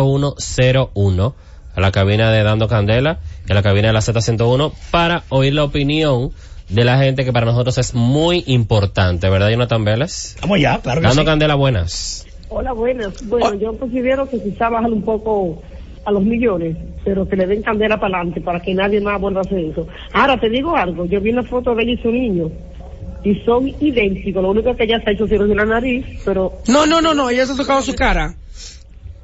[SPEAKER 3] 809-732-0101 a la cabina de Dando Candela y a la cabina de la Z101 para oír la opinión de la gente que para nosotros es muy importante, ¿verdad, Jonathan Vélez?
[SPEAKER 2] Vamos ya, claro que
[SPEAKER 3] Dando
[SPEAKER 2] sí.
[SPEAKER 3] Candela, buenas.
[SPEAKER 9] Hola, buenas. Bueno, yo considero que quizá bajar un poco a los millones, pero que le den candela para adelante para que nadie más vuelva a hacer eso. Ahora te digo algo, yo vi una foto de ella y su niño y son idénticos, lo único que ella se ha hecho cirugía en la nariz, pero
[SPEAKER 4] No, no, no, no, ella se ha tocado su cara.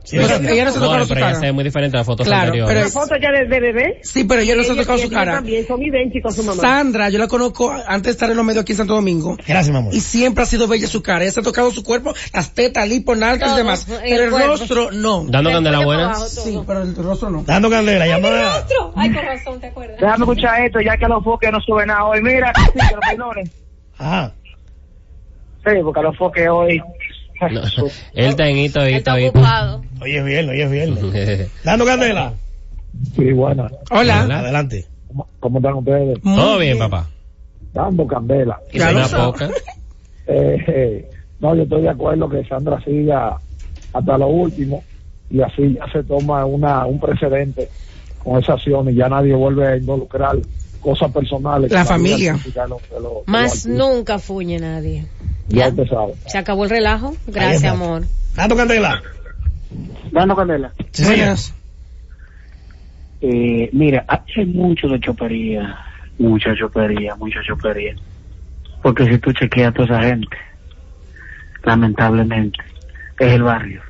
[SPEAKER 2] Sí,
[SPEAKER 4] Pero
[SPEAKER 2] exacto.
[SPEAKER 4] ella no se ha
[SPEAKER 3] Bueno,
[SPEAKER 4] tocado su
[SPEAKER 3] pero ya
[SPEAKER 4] cara.
[SPEAKER 3] se ve muy diferente a las fotos
[SPEAKER 4] Claro,
[SPEAKER 3] anteriores.
[SPEAKER 4] pero
[SPEAKER 9] la foto ya de, de bebé.
[SPEAKER 4] Sí, pero ella no se ha tocado
[SPEAKER 9] y
[SPEAKER 4] su
[SPEAKER 9] ella
[SPEAKER 4] cara.
[SPEAKER 9] También son idénticos a su mamá.
[SPEAKER 4] Sandra, yo la conozco antes de estar en los medios aquí en Santo Domingo.
[SPEAKER 2] Gracias, mi amor.
[SPEAKER 4] Y siempre ha sido bella su cara. Ella se ha tocado su cuerpo, las tetas, lipo, nalgas y
[SPEAKER 1] Todo,
[SPEAKER 4] demás.
[SPEAKER 1] el
[SPEAKER 4] Pero el
[SPEAKER 1] cuerpo.
[SPEAKER 4] rostro no.
[SPEAKER 3] Dando
[SPEAKER 1] Después
[SPEAKER 3] Candela,
[SPEAKER 1] de
[SPEAKER 3] buenas.
[SPEAKER 1] abajo, todo.
[SPEAKER 4] Sí, pero el rostro no.
[SPEAKER 2] Dando Candela, llamada.
[SPEAKER 1] Otro. Ay, con razón, ¿te acuerdas?
[SPEAKER 9] Déjame escuchar esto, ya que a los foques no suben nada hoy. Mira, sí, que los menores.
[SPEAKER 2] Ajá.
[SPEAKER 9] Sí, porque a los foques hoy.
[SPEAKER 3] No, él está en hito,
[SPEAKER 1] Él
[SPEAKER 3] hito,
[SPEAKER 1] está
[SPEAKER 3] hito. (laughs)
[SPEAKER 1] ocupado.
[SPEAKER 2] Hoy es viernes, hoy es viernes. Dando Candela.
[SPEAKER 10] Sí, bueno,
[SPEAKER 4] Hola.
[SPEAKER 3] Hola.
[SPEAKER 2] Adelante.
[SPEAKER 10] ¿cómo, cómo están ustedes?
[SPEAKER 4] Muy
[SPEAKER 3] Todo bien, papá.
[SPEAKER 10] Dando candela.
[SPEAKER 3] Y
[SPEAKER 4] Ya lo
[SPEAKER 3] suena
[SPEAKER 4] sabe.
[SPEAKER 3] poca.
[SPEAKER 10] Eh, eh, no, yo estoy de acuerdo que Sandra siga hasta lo último y así ya se toma una un precedente con esa acción y ya nadie vuelve a involucrar cosas personales.
[SPEAKER 4] La
[SPEAKER 10] con vida
[SPEAKER 4] familia.
[SPEAKER 10] artística de los- de los- de
[SPEAKER 3] Oh,
[SPEAKER 10] los
[SPEAKER 1] Más
[SPEAKER 10] artistas.
[SPEAKER 1] nunca fuñe nadie.
[SPEAKER 10] Ya
[SPEAKER 1] Ya.
[SPEAKER 10] usted sabe.
[SPEAKER 1] Se acabó el relajo. Gracias,
[SPEAKER 2] está.
[SPEAKER 1] amor.
[SPEAKER 2] Dando Candela.
[SPEAKER 9] Dando candela.
[SPEAKER 2] Sí, señor. (laughs)
[SPEAKER 4] Buenas.
[SPEAKER 6] Eh, mira, hay mucho de chopería, mucha chopería, mucha chopería. Porque si tú chequeas a toda esa gente, lamentablemente, es el barrio.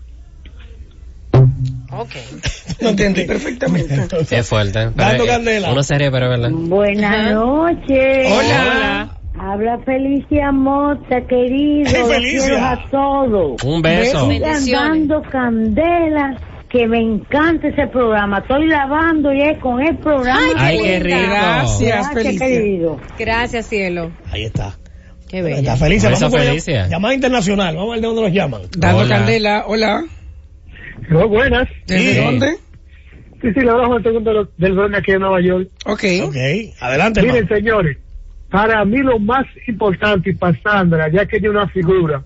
[SPEAKER 4] No entendí perfectamente.
[SPEAKER 3] Es fuerte. pero
[SPEAKER 2] Dando
[SPEAKER 3] es-
[SPEAKER 2] Candela.
[SPEAKER 3] Uno se ríe, pero es verdad.
[SPEAKER 1] Ajá.
[SPEAKER 11] Buenas noches.
[SPEAKER 4] Hola.
[SPEAKER 11] Habla Felicia Mota, querido.
[SPEAKER 2] Hey,
[SPEAKER 11] Los
[SPEAKER 2] Felicia.
[SPEAKER 11] quiero a todos.
[SPEAKER 3] Un beso.
[SPEAKER 1] Beso.
[SPEAKER 11] Sigan
[SPEAKER 1] Bendiciones.
[SPEAKER 11] dando candela, que me encanta ese programa. Estoy lavando y es con el programa.
[SPEAKER 3] Ay, qué rico.
[SPEAKER 4] Gracias,
[SPEAKER 11] Gracias,
[SPEAKER 4] Felicia.
[SPEAKER 11] querido.
[SPEAKER 1] Gracias, cielo.
[SPEAKER 2] Ahí está.
[SPEAKER 1] Qué
[SPEAKER 2] Está
[SPEAKER 1] bella.
[SPEAKER 2] Felicia.
[SPEAKER 3] Beso,
[SPEAKER 2] Vamos con la
[SPEAKER 3] Felicia.
[SPEAKER 2] Llamada internacional. Vamos a ver de dónde nos llaman.
[SPEAKER 4] Dando
[SPEAKER 3] Hola.
[SPEAKER 4] candela. Hola.
[SPEAKER 6] Muy buenas.
[SPEAKER 4] ¿Desde
[SPEAKER 2] Sí.
[SPEAKER 4] dónde?
[SPEAKER 6] Sí, sí, le hablamos del segundo del dueño aquí en Nueva York.
[SPEAKER 1] Ah.
[SPEAKER 4] Ok.
[SPEAKER 2] Ok. Adelante,
[SPEAKER 6] Miren,
[SPEAKER 2] hermano.
[SPEAKER 6] señores, para mí lo más importante y para Sandra, ya que tiene una figura,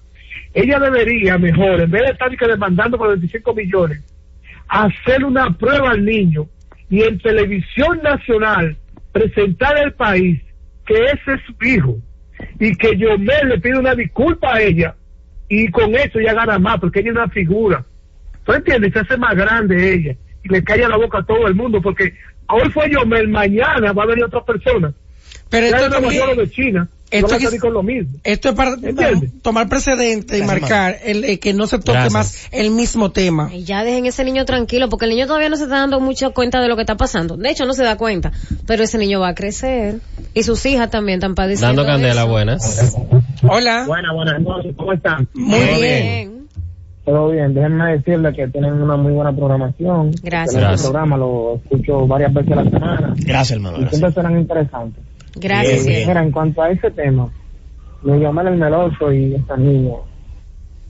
[SPEAKER 6] ella debería mejor, en vez de estar que demandando por 25 millones, hacer una prueba al niño y en televisión nacional presentar al país que ese es su hijo y que Yomel le pide una disculpa a ella y con eso ya gana más porque ella es una figura. ¿Tú entiendes? Se hace más grande ella y le calla la boca a todo el mundo porque hoy fue Yomel, mañana va a venir otra persona.
[SPEAKER 4] Pero
[SPEAKER 6] Ya
[SPEAKER 4] esto
[SPEAKER 6] en Nueva
[SPEAKER 4] también-
[SPEAKER 6] York lo de China, no
[SPEAKER 4] esto
[SPEAKER 6] va a
[SPEAKER 4] que-
[SPEAKER 6] salir con lo mismo.
[SPEAKER 4] Esto es para
[SPEAKER 6] ¿Entiendes?
[SPEAKER 4] tomar precedente y
[SPEAKER 2] Gracias,
[SPEAKER 4] marcar el, eh, que no se toque
[SPEAKER 3] Gracias.
[SPEAKER 4] más el mismo tema.
[SPEAKER 1] Y ya dejen ese niño tranquilo, porque el niño todavía no se está dando mucha cuenta de lo que está pasando. De hecho, no se da cuenta. Pero ese niño va a crecer. Y sus hijas también están padeciendo.
[SPEAKER 3] Dando Candela,
[SPEAKER 1] eso.
[SPEAKER 3] buenas.
[SPEAKER 4] Hola.
[SPEAKER 6] Buenas, buenas noches, ¿cómo están?
[SPEAKER 4] Muy
[SPEAKER 3] Muy
[SPEAKER 4] bien.
[SPEAKER 1] Bien.
[SPEAKER 10] Todo bien, déjenme decirle que tienen una muy buena programación.
[SPEAKER 1] Gracias.
[SPEAKER 10] Excelente
[SPEAKER 3] Gracias.
[SPEAKER 10] programa, lo escucho varias veces a la semana.
[SPEAKER 2] Gracias, hermano.
[SPEAKER 10] Y
[SPEAKER 2] Gracias.
[SPEAKER 10] siempre serán interesantes.
[SPEAKER 1] Gracias,
[SPEAKER 2] Bien,
[SPEAKER 10] Eh,
[SPEAKER 1] cielo.
[SPEAKER 10] Mira, en cuanto a ese tema, lo llaman el meloso y esta niña.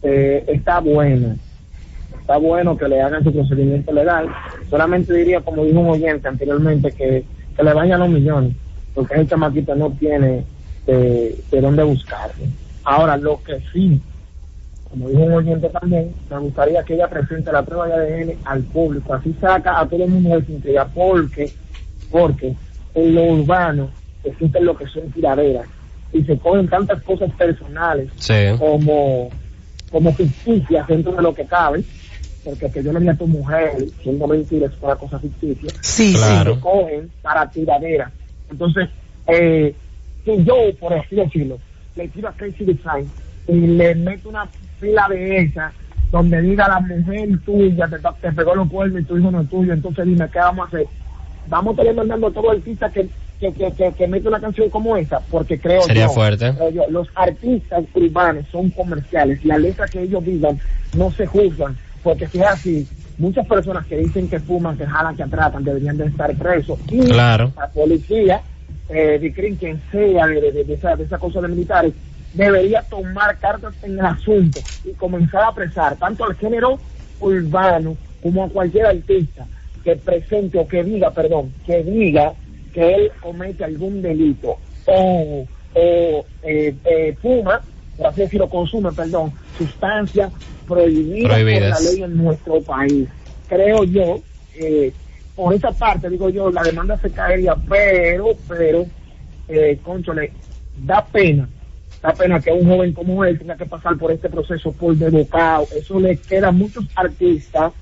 [SPEAKER 10] Eh, está bueno, está bueno que le hagan su procedimiento legal. Solamente diría, como dijo un oyente anteriormente, que, que le vayan los millones, porque ese chamaquita no tiene de, de dónde buscarlo. Ahora, lo que sí, como dijo un oyente también, me gustaría que ella presente la prueba de ADN al público. Así saca a todo el mundo de su intriga, porque porque en lo urbano existen lo que son tiraderas y se cogen tantas cosas personales
[SPEAKER 3] Sí.
[SPEAKER 10] como como ficticias dentro de lo que cabe porque que yo le vi a tu mujer eh, siendo mentira es una cosa ficticia
[SPEAKER 4] Sí,
[SPEAKER 3] Claro.
[SPEAKER 10] se cogen para tiradera entonces eh, si yo por así decirlo le tiro a Casey Design y le meto una fila de esas donde diga la mujer tuya te, te pegó los cuernos y tu hijo no es tuyo entonces dime qué vamos a hacer vamos a estar mandando a todo artista que que, que, que, que mete una canción como esa porque creo
[SPEAKER 3] Sería
[SPEAKER 10] yo-
[SPEAKER 3] fuerte.
[SPEAKER 10] creo yo, los artistas urbanos son comerciales las letras que ellos digan no se juzgan porque si es así muchas personas que dicen que fuman que jalan que tratan deberían de estar presos y
[SPEAKER 3] Claro.
[SPEAKER 10] la policía eh, de Green, quien sea de, de- de esa, de esa cosa de militares debería tomar cartas en el asunto y comenzar a apresar tanto al género urbano como a cualquier artista que presente o que diga, perdón, que diga que él comete algún delito o, o eh, eh, fuma, por así decirlo, consume, perdón, sustancias prohibidas,
[SPEAKER 3] Prohibidas.
[SPEAKER 10] por la ley en nuestro país. Creo yo, eh, por esa parte, digo yo, la demanda se caería, pero, pero, eh, cónchole, da pena, da pena que un joven como él tenga que pasar por este proceso por debocado. Eso le queda a muchos artistas.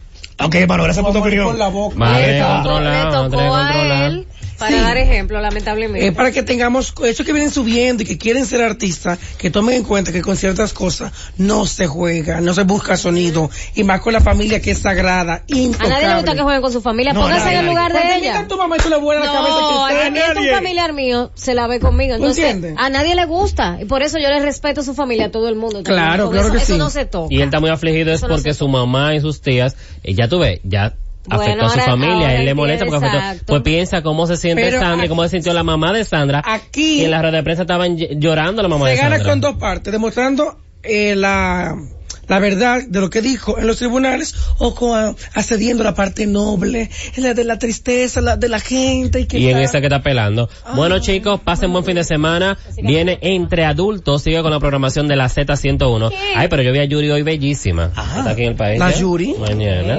[SPEAKER 2] Ok, Manuel, gracias por tu opinión. Con la boca.
[SPEAKER 3] Madre,
[SPEAKER 1] Le
[SPEAKER 3] controla,
[SPEAKER 1] tocó
[SPEAKER 3] controla.
[SPEAKER 1] a él para
[SPEAKER 4] Sí.
[SPEAKER 1] dar ejemplo, lamentablemente.
[SPEAKER 4] Eh, para que tengamos esos que vienen subiendo y que quieren ser artistas, que tomen en cuenta que con ciertas cosas no se juega, no se busca sonido, y más con la familia que es sagrada,
[SPEAKER 1] A
[SPEAKER 4] intocable.
[SPEAKER 1] nadie le gusta que jueguen con su familia.
[SPEAKER 4] No,
[SPEAKER 1] Póngase
[SPEAKER 4] nadie,
[SPEAKER 1] en el lugar
[SPEAKER 4] nadie.
[SPEAKER 1] de
[SPEAKER 4] Cuando
[SPEAKER 1] ella.
[SPEAKER 4] venga tu mamá y tú le vuelas la
[SPEAKER 1] No,
[SPEAKER 4] cabeza que
[SPEAKER 1] aquí
[SPEAKER 4] te- a
[SPEAKER 1] está un
[SPEAKER 4] nadie.
[SPEAKER 1] familiar mío se la ve conmigo. Entonces,
[SPEAKER 4] ¿Entiendes?
[SPEAKER 1] a nadie le gusta. Y por eso yo les respeto a su familia, a todo el mundo.
[SPEAKER 3] Claro,
[SPEAKER 1] Con
[SPEAKER 3] claro
[SPEAKER 1] eso,
[SPEAKER 3] que
[SPEAKER 1] eso
[SPEAKER 3] sí.
[SPEAKER 1] no se toca.
[SPEAKER 3] Y él está muy afligido es
[SPEAKER 1] Eso no
[SPEAKER 3] porque
[SPEAKER 1] se
[SPEAKER 3] su mamá y sus tías, eh, ya tú ves, ya
[SPEAKER 1] Bueno,
[SPEAKER 3] afectó a su
[SPEAKER 1] ahora-
[SPEAKER 3] familia,
[SPEAKER 1] ahora
[SPEAKER 3] él le molesta
[SPEAKER 1] entiendo,
[SPEAKER 3] porque afectó.
[SPEAKER 1] exacto.
[SPEAKER 3] Pues piensa cómo se siente
[SPEAKER 4] Pero
[SPEAKER 3] Sandra y cómo se sintió la mamá de Sandra.
[SPEAKER 4] Aquí-
[SPEAKER 3] Y en la rueda de prensa estaban ll- llorando la mamá
[SPEAKER 4] se
[SPEAKER 3] de Sandra.
[SPEAKER 4] gana con dos partes, demostrando eh, la, la verdad de lo que dijo en los tribunales o con, accediendo a la parte noble, la de la tristeza, la de la gente y que
[SPEAKER 3] Y en
[SPEAKER 4] está-
[SPEAKER 3] esa que está pelando. bueno chicos, pasen buen fin de semana. Viene entre adultos, sigue con la programación de la Z101. Ay, pero yo vi a Yuri hoy bellísima. está aquí en el país.
[SPEAKER 5] ¿la
[SPEAKER 3] ¿eh?
[SPEAKER 5] Yuri?
[SPEAKER 3] Mañana.